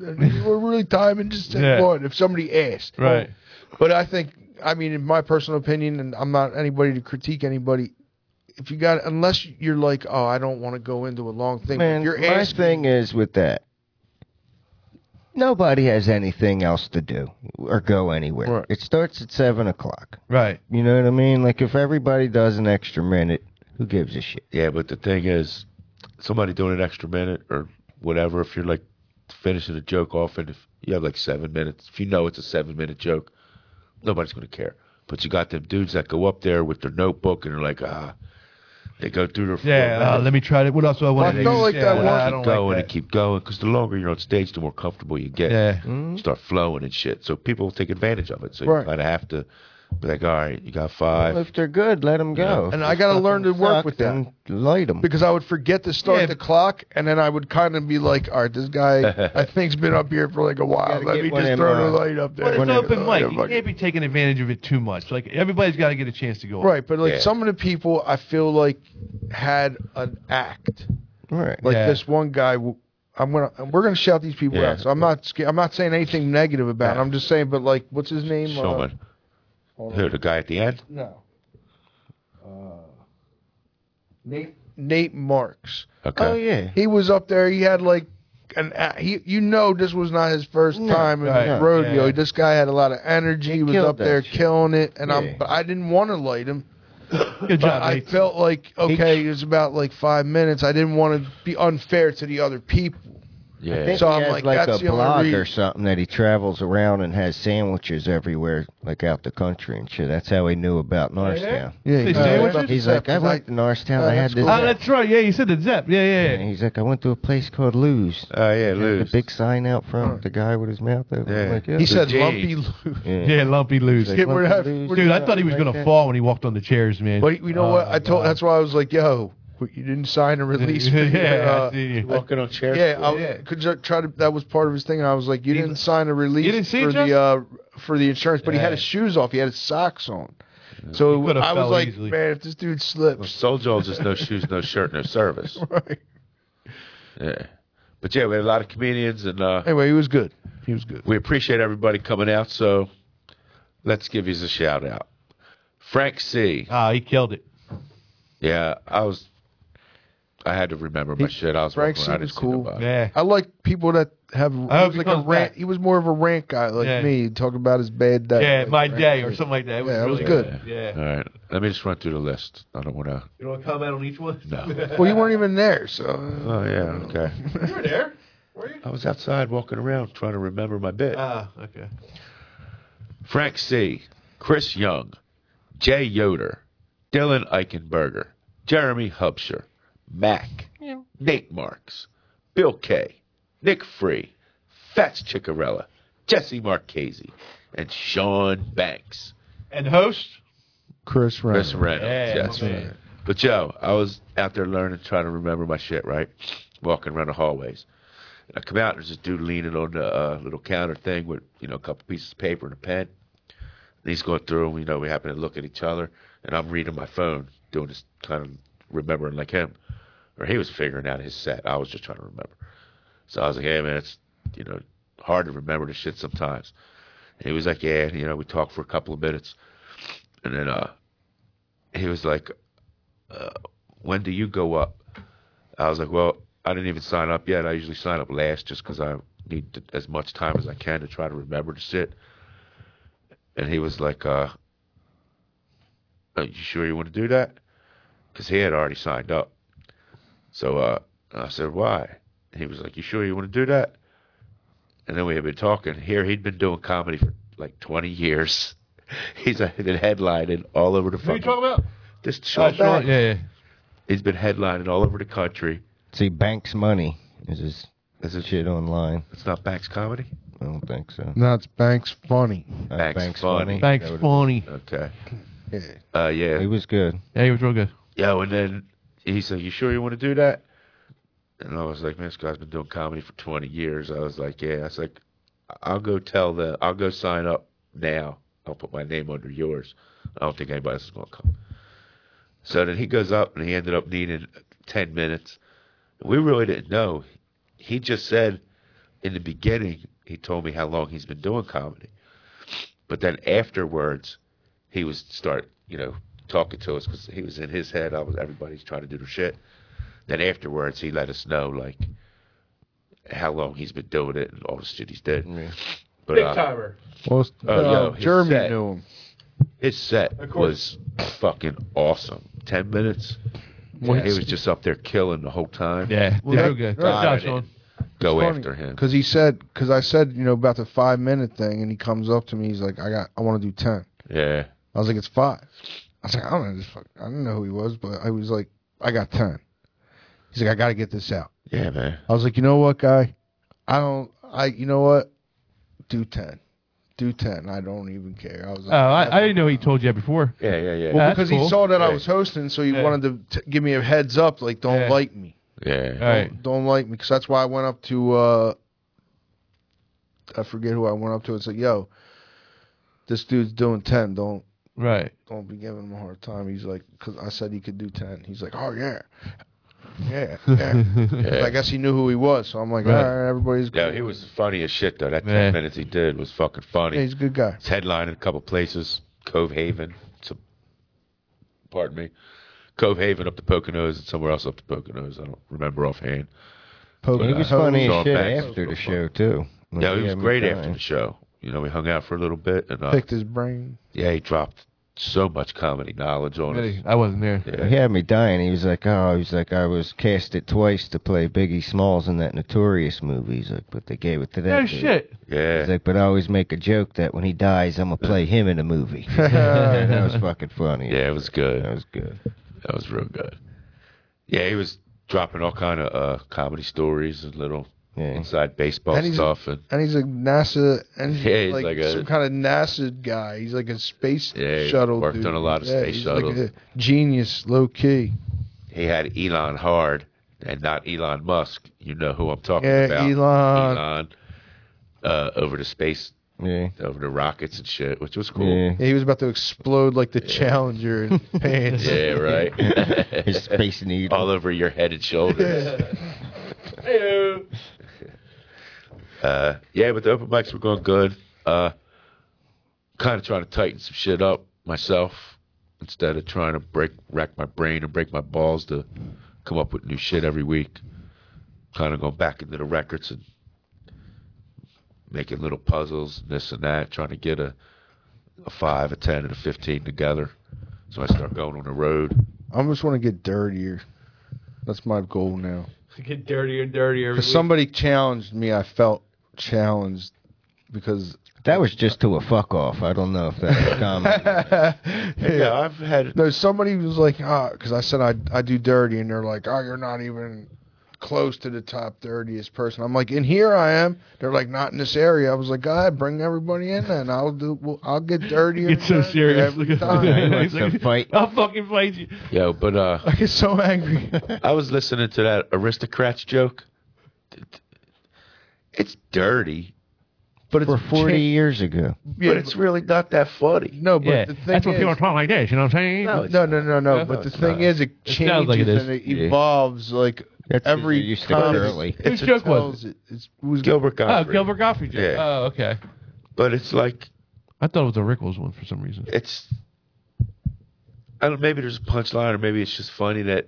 we're really timing just say
Yeah.
one if somebody asked.
Right.
But I think I mean in my personal opinion, and I'm not anybody to critique anybody. If you got unless you're like oh I don't want to go into a long thing. but
Man,
if you're
my
asking,
thing is with that. Nobody has anything else to do or go anywhere.
Right.
It starts at seven o'clock.
Right.
You know what I mean? Like if everybody does an extra minute, who gives a shit?
Yeah, but the thing is, somebody doing an extra minute or whatever, if you're like finishing a joke off and if you have like seven minutes, if you know it's a seven minute joke, nobody's going to care. But you got them dudes that go up there with their notebook and they're like, ah, they go through their. four
Yeah. Uh,
minutes,
let me try it. What else do I want
Well,
to
I
do?
felt like
yeah,
that
well,
one-
I
keep
don't
going
like
and keep going because the longer you're on stage, the more comfortable you get.
that. Yeah.
Mm-hmm.
You Start flowing and shit. So people take advantage of it. So
Right.
you kind of have to be like, all right, you got five.
Well, if they're good, let them go.
Yeah.
And I gotta learn to work with that.
them. Light them.
because I would forget to start
Yeah.
the clock, and then I would kind of be like, "All right, this guy, I think's been up here for like a while.
Gotta
Let
get
me
one
just
in
throw
line.
the light up there."
But it's
Whatever.
open mic. You
Whatever.
can't be taking advantage of it too much. Like everybody's got to get a chance to go.
Right, but like
Yeah.
some of the people, I feel like had an act.
All right.
Like
Yeah.
this one guy, w- I'm gonna we're gonna shout these people
Yeah.
out. So I'm not sca- I'm not saying anything negative about. it.
Yeah.
I'm just saying, but like, what's his name? Uh,
Showman.
hold
Who, the guy at the end?
No. Uh, Nate Uh, Nate Marks.
Okay.
Oh yeah.
He was up there. He had like an a- he. You know, this was not his first
No,
time in
right,
the
no,
rodeo.
yeah.
This guy had a lot of energy. He, was
killed
up
that
there
shit.
killing it, and
Yeah.
I'm. But I didn't want to light him.
Good
But
job,
I
Nate.
felt like okay, it was about like five minutes. I didn't want to be unfair to the other people.
Yeah.
I think
So
he
I'm
has
like,
like,
that's
a
the only
blog
reason.
or something that he travels around and has sandwiches everywhere, like out the country and shit. That's how he knew about Norristown.
Yeah,
They sandwiches?
He's like, I went to Norristown.
"Uh,
I had this.
Oh, that's right. Yeah, you said the Zep. Yeah, yeah,
and
yeah.
he's like, I went to a place called Lou's.
Oh, yeah,
Had
Lou's.
The big sign out front, the guy with his mouth open.
Yeah.
I'm Like, yeah.
He said
Dude,
lumpy.
gee.
Lou.
yeah.
Yeah, lumpy lose.
Like,
Get rid of-
Lumpy Lou's.
Dude, I thought he was
Like
gonna
that.
fall when he walked on the chairs, man.
But you know what?
Oh,
I told.
God.
That's why I was like, yo, you didn't sign a release. for your,
yeah,
uh,
I see you.
Walking on chairs.
Yeah, I
Yeah.
could ju- try to. That was part of his thing, and I was like, "You
He-
didn't sign a release
You didn't see it,
for
Jeff?
the uh, for the insurance, but he had
Yeah.
his shoes off. He had his socks on. So
He could've
I was
fell
like,
easily.
"Man, if this dude
Well,
slips,
Soul Jones is no shoes, no shirt, no service.
right?"
Yeah. But yeah, we had a lot of comedians, and uh,
Anyway, he was good. He was good.
we appreciate everybody coming out. So let's give you a shout out. Frank C.
Ah, he killed it.
Yeah, I was. I had to remember my
He-
shit. I was
Frank
walking
C
around, I
was
didn't see
cool.
nobody.
Yeah.
I like people that have. He
hope
was
he
like a
comes
rant.
back.
He was more of a rant guy, like
Yeah.
me, talking about his bad day.
Yeah,
Like,
my
Frank
day or
C.
something like that. It was
Yeah, it was
really
good.
Yeah.
All right, let me just run through the list. I don't want to.
You want to comment on each one?
No.
Well, you weren't even there, so
Oh yeah, okay.
you were there. Were you?
I was outside walking around trying to remember my bit.
Ah, okay.
Frank C., Chris Young, Jay Yoder, Dylan Eichenberger, Jeremy Hubsher, Mac, Nate Marks, Bill K., Nick Free, Fats Chicarella, Jesse Marchese, and Sean Banks.
And host?
Chris Reynolds.
Chris Reynolds.
Yeah,
yes.
my man.
But Joe, I was out there learning, trying to remember my shit, right? Walking around the hallways. And I come out, there's this dude leaning on the uh, little counter thing with, you know, a couple pieces of paper and a pen. And he's going through, and, you know, we happen to look at each other, and I'm reading my phone, doing this kind of remembering like him. Or he was figuring out his set. I was just trying to remember. So I was like, hey, man, it's, you know, hard to remember this shit sometimes. And he was like, yeah, you know, we talked for a couple of minutes. And then uh, he was like, uh, when do you go up? I was like, well, I didn't even sign up yet. I usually sign up last just because I need to, as much time as I can to try to remember to sit. And he was like, uh, are you sure you want to do that? Because he had already signed up. So uh, I said, why? He was like, you sure you want to do that? And then we had been talking. Here, he'd been doing comedy for like 20 years. He's uh, been headlining all over the
Who you
fucking
talking about?
this
Oh,
Sean
Sean.
Banks.
Yeah, yeah.
He's been headlining all over the country.
See, Banks Money is his
This is
shit online.
It's not Banks comedy.
I don't think so.
No, it's Banks Funny.
Uh,
Banks Funny.
Thanks,
That would've-
funny.
Okay.
yeah.
Uh,
He
yeah.
was good.
Yeah, he was real good.
Yo, and then he said, "You sure you want to do that?" And I was like, "Man, this guy's been doing comedy for 20 years." I was like, "Yeah." I was like, "I'll go tell the. I'll go sign up now. I'll put my name under yours. I don't think anybody else is gonna come." So then he goes up, and he ended up needing 10 minutes. We really didn't know. He just said in the beginning, he told me how long he's been doing comedy. But then afterwards, he was start, you know, talking to us because he was in his head. I was everybody's trying to do their shit. Then afterwards, he let us know like how long he's been doing it and all the shit he's did.
Yeah.
But
Big
uh,
timer.
Well,
Oh, yo,
uh,
his
Jeremy
set.
knew him.
his set
Of
was
course.
fucking awesome. Ten minutes.
Well,
he was just up there killing the whole time.
Yeah,
Well,
did
that-
real good. Good
that's
job,
it.
Sean.
Go after him.
because he said because I said you know about the five minute thing, and he comes up to me. He's like, I got I want to do ten.
Yeah.
I was like, it's five. I was like, I don't know this fuck. I didn't know who he was, but I was like, I got ten. He's like, I got to get this out.
Yeah, man.
I was like, you know what, guy? I don't. I you know what? Do ten. Do ten. I don't even care. I was
Oh,
like,
I, I didn't know he told you that before.
Yeah, yeah, yeah.
Well,
That's
because he
cool.
saw that I
Yeah.
was hosting, so he
Yeah.
wanted to t- give me a heads up, like don't
Yeah.
like me,
yeah.
All right.
don't, don't like me, because that's why I went up to. uh I forget who I went up to and said, "Yo, this dude's doing ten. Don't
Right.
don't be giving him a hard time. He's like, because I said he could do 10. He's like, oh, yeah. Yeah. yeah. I guess he knew who he was, so I'm like,
Right.
all right, everybody's
Yeah, he was funny as shit though. That ten
Yeah.
minutes he did was fucking funny.
Yeah, he's a good guy.
It's headlined in a couple places. Cove Haven, to, pardon me, Cove Haven up the Poconos and somewhere else up the Poconos. I don't remember offhand.
Poker.
He was funny
Saw
as shit
Banks.
after the show too. Like,
yeah, he was
had me
great
dying.
after the show. You know, we hung out for a little bit, and uh,
Picked his brain.
yeah, he dropped so much comedy knowledge on us.
Really, I wasn't there.
Yeah.
He had me dying. He was like, "Oh, he was like, I was casted twice to play Biggie Smalls in that Notorious movie." He's like, "But they gave it to that."
No
dude."
shit.
He's
yeah.
like, "But I always make a joke that when he dies, I'm gonna play him in a movie." that was fucking funny.
Yeah, it was good.
that was good.
That was real good. Yeah, he was dropping all kind of uh, comedy stories and little
Yeah.
inside baseball
And he's-
stuff, and
And he's a NASA, and he's,
Yeah, he's
like,
like a-
some kind of NASA guy. He's like a space
Yeah, he
shuttle.
worked
dude.
on a lot of
Yeah,
space
he's like
shuttles.
a genius, low key.
he had Elon Hard and not Elon Musk. You know who I'm talking
Yeah,
about?
Elon.
Elon. Uh, over to space,
Yeah,
over to rockets and shit, which was cool.
yeah.
Yeah, he was about to explode like the Challenger in his pants.
Yeah, right.
His space needle.
All over your head and shoulders. Heyo. uh, yeah, but the open mics were going good. Uh, kind of trying to tighten some shit up myself instead of trying to break rack my brain and break my balls to come up with new shit every week. Kind of going back into the records and making little puzzles, this and that, trying to get a a five, a ten, and a fifteen together. So I start going on the road.
I just want to get dirtier. That's my goal now.
Get dirtier and dirtier.
Because somebody challenged me, I felt challenged because
That was just to a fuck off. I don't know if that was common.
Yeah,
yeah.
I've had
No, somebody was like, ah, because I said I I do dirty, and they're like, oh, you're not even close to the top dirtiest person. I'm like, and here I am. They're like, not in this area. I was like, go ahead, bring everybody in, and I'll do. Well, I'll get dirtier.
Get so
and dirtier
serious.
every
Look
time.
at
It's a fight.
I'll fucking fight you.
yo, but uh,
I get so angry.
I was listening to that aristocrats joke. It's dirty, but it's
For forty years ago.
but it's really not that funny.
No, but
yeah,
the thing
that's what
is,
people are talking like this. You know what I'm saying?
No,
No, no, no, no.
No,
but the
it's
thing
not.
is, it
It sounds
changes
like it is.
and it
Yeah.
evolves. Like
That's
every
usually used to
time
curly.
it's-
Whose joke was
tells it- it's- it was
Gilbert
Oh,
Gottfried.
Gilbert Gottfried. joke.
Yeah.
Oh, okay.
But it's like
I thought it was a Rickles one for some reason.
it's. I don't. Maybe there's a punchline, or maybe it's just funny that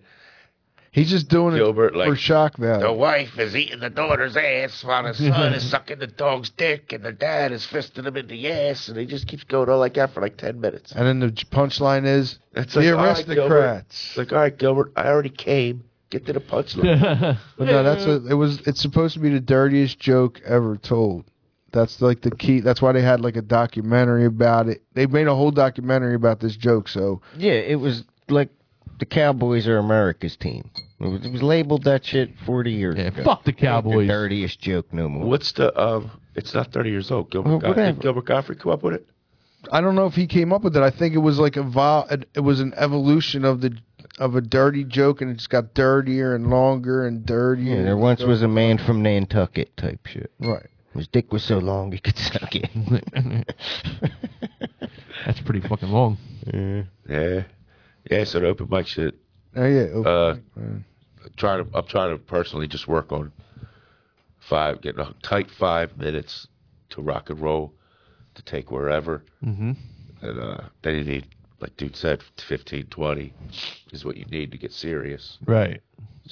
He's just doing
Gilbert,
it
like,
for shock
the
value.
wife is eating the daughter's ass while the son is sucking the dog's dick, and the dad is fisting him in the ass, and he just keeps going on like that for like ten minutes.
And then the j- punchline is
It's
the
all right, Gilbert.
aristocrats.
It's like, all right, Gilbert, I already came. Get to the punchline.
But no, that's a, it was. It's supposed to be the dirtiest joke ever told. That's like the key. That's why they had like a documentary about it. They made a whole documentary about this joke. So
Yeah, it was like the Cowboys are America's team. It was, it was labeled that shit forty years
Yeah,
ago.
fuck the
The
Cowboys.
dirtiest joke no more.
What's the um? It's not thirty years old. Gilbert
Well,
Gottfried.
whatever.
Gilbert Gottfried come up with it.
I don't know if he came up with it. I think it was like a vol- It was an evolution of the of a dirty joke, and it just got dirtier and longer and dirtier.
Yeah, there once was a man from Nantucket type shit.
right.
His dick was so long he could suck it.
That's pretty fucking long.
Yeah, yeah. So the open mic shit.
Oh yeah.
Uh, try to. I'm trying to personally just work on five, getting a tight five minutes to rock and roll, to take wherever,
Mm-hmm.
and uh, then you need, like dude said, 15, 20 is what you need to get serious.
Right.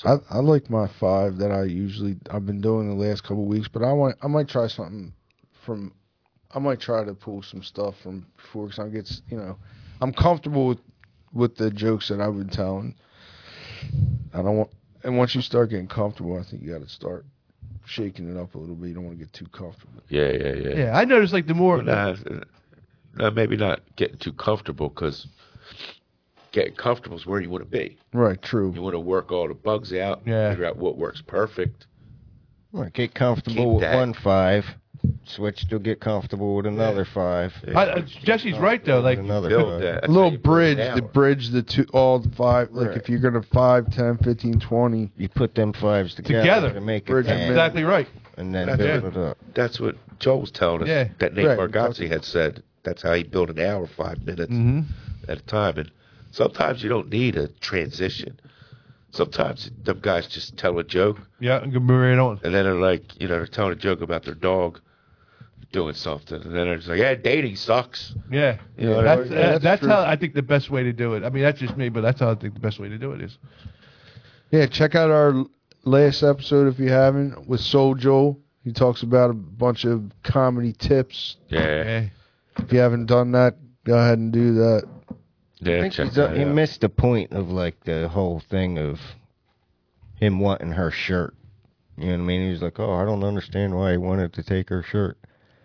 I, I like my five that I usually I've been doing the last couple weeks, but I want I might try something from I might try to pull some stuff from before because I get s- you know I'm comfortable with with the jokes that I've been telling. I don't want and once you start getting comfortable, I think you got to start shaking it up a little bit. You don't want to get too comfortable.
Yeah, yeah, yeah.
Yeah, I noticed like the more
Nah, nah, maybe not getting too comfortable because getting comfortable is where you want to be.
Right. True.
You want to work all the bugs out,
Yeah.
figure out what works perfect.
Well, get comfortable
Keep
with
that.
one five. Switch to get comfortable with another five.
Yeah.
I, uh, Jesse's right though. Like
another
Build
five.
that.
A
That's how
little
you build
bridge,
it
the
out.
bridge, the two, all the five. Like
Right.
if you're gonna five, ten, fifteen, twenty.
You put them fives together,
Together.
to make it
Bridge
ten,
and
exactly right.
and then
That's
build it up.
That's what Joel was telling us.
Yeah.
That Nate
Right.
Bargatze had said. That's how he built an hour, five minutes
Mm-hmm.
at a time. And sometimes you don't need a transition. sometimes them guys just tell a joke
Yeah, and can right on.
and then they're like, you know, they're telling a joke about their dog doing something, and then they're just like, yeah, dating sucks.
Yeah,
You know,
that's
uh,
that-
that's,
that's true.
how I think the best way to do it. I mean, that's just me, but that's how I think the best way to do it is.
Yeah, check out our l- last episode if you haven't with Soul Joel. He talks about a bunch of comedy tips.
Yeah,
Yeah,
If you haven't done that, go ahead and do that.
yeah.
I think
check
he's- uh,
that
he
out.
missed the point of like the whole thing of him wanting her shirt. You know what I mean? He was like, "Oh, I don't understand why he wanted to take her shirt."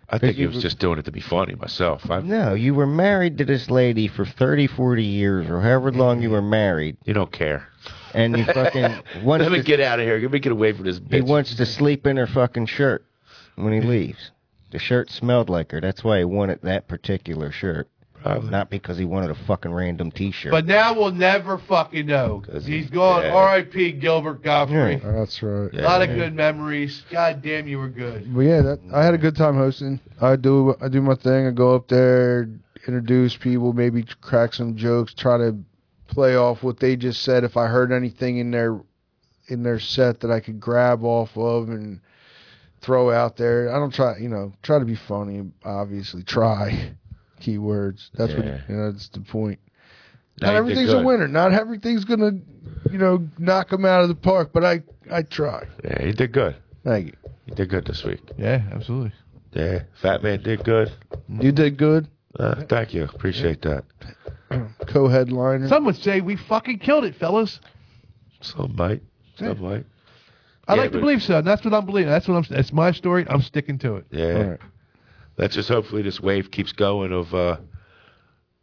I think he was just doing it to be funny myself. I,
No, you were married to this lady for 30, 40 years or however long you were married,
you don't care.
and you fucking wants
Let me
to-
get out of here. Let me get away from this
he
bitch.
wants to sleep in her fucking shirt when he leaves. The shirt smelled like her. That's why he wanted that particular shirt,
Probably.
not because he wanted a fucking random T-shirt.
But now we'll never fucking know.
'Cause
He's
he-
gone.
yeah.
R.I.P. Gilbert Godfrey.
Yeah.
That's right.
A lot of
Yeah.
good memories. God damn, you were good.
But yeah, that, I had a good time hosting. I do I do my thing. I go up there, introduce people, maybe crack some jokes, try to play off what they just said. If I heard anything in their in their set that I could grab off of and throw out there, I don't try you know try to be funny. Obviously, try keywords. That's
Yeah.
what you know. That's the point.
No,
Not
he did
everything's a
good.
winner. Not everything's gonna you know knock them out of the park. But I I try.
Yeah, he did good.
Thank you.
He did good this week.
yeah, absolutely.
Yeah, Fat Man did good.
You did good.
Uh, thank you. Appreciate that.
Co-headliner.
Some would say we fucking killed it, fellas.
Some might. Some might.
I
Yeah,
like to
but-
believe so. And that's what I'm believing. That's what I'm. That's my story. I'm sticking to it.
Yeah.
All right.
Let's just hopefully this wave keeps going of uh,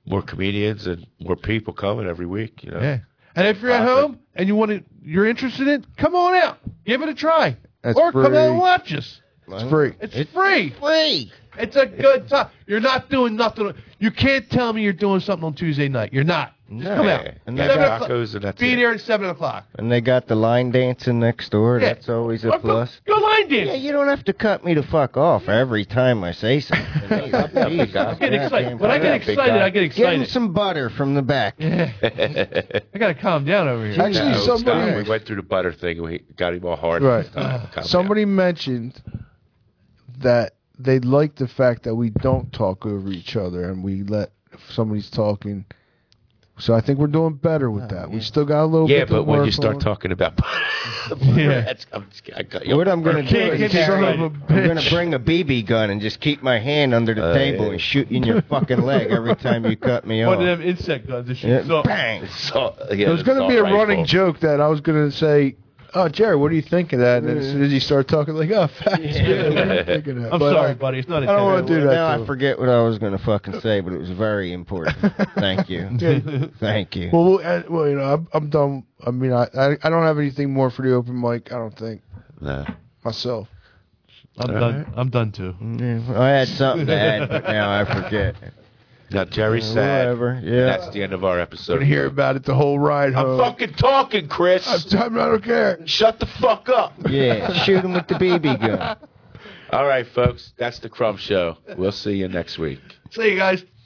more comedians and more people coming every week. You know.
Yeah. And if you're at
Awesome.
home and you want to, you're interested in, it, come on out. Give it a try.
That's
or come out and
free.
watch us.
It's free.
It's, free.
free.
It's a good time. You're not doing nothing. You can't tell me you're doing something on Tuesday night. You're not. Just
No.
come out.
And
Got
they got-
tacos and that's
Be
it.
there at seven o'clock.
And they got the line dancing next door.
Yeah.
That's always
Or
a
go-
plus.
Go line
Yeah,
dance.
you don't have to cut me the fuck off every time I say something. Jeez,
big guy.
I'm
I get
not
excited.
being
When I get
Yeah, big
excited,
guy.
I get
Give him
excited.
some butter from the back.
I gotta calm down over here.
Actually,
No, stop.
somebody
We went through the butter thing. We got him all hard.
Right.
Stop. Calm
somebody mentioned that they like the fact that we don't talk over each other and we let if somebody's talking. So I think we're doing better
Oh,
with that. We still got a little
down. Yeah,
bit. to
but when
work
you start
on.
talking about butter, that's, I'm, I got you.
What I'm going to do
Can't
is
get me
carry-
started.
I'm going to bring a BB gun and just keep my hand under the
Uh,
table
yeah.
and shoot you in your fucking leg every time you cut me
One of
off.
them insect guns. and shit.
Yeah,
So-
bang.
So, yeah,
There's going to be a running joke that I was going to say, "Oh, Jerry, what do you think of that?" And then as soon as you start talking, like, "Oh, facts." Yeah. what do you think of that?"
I'm
But uh,
sorry,
I-
buddy. It's not.
I don't want to do that.
Now
to
I
him.
forget what I was going to fucking say, but it was very important. Thank you. Thank you.
Well, we'll, uh, well, you know, I'm, I'm done. I mean, I, I I don't have anything more for the open mic. I don't think
No.
myself.
I'm done. I'm done too.
Yeah, I had something to add, but now I forget.
Now Jerry's sad.
Whatever.
And
Yeah.
That's the end of our
I'm
episode.
going to hear about it the whole ride
I'm
home.
fucking talking, Chris.
I'm, I don't care.
Shut the fuck up.
Yeah, shoot him with the BB gun.
All right, folks. That's the Crumb Show. We'll see you next week.
See you guys.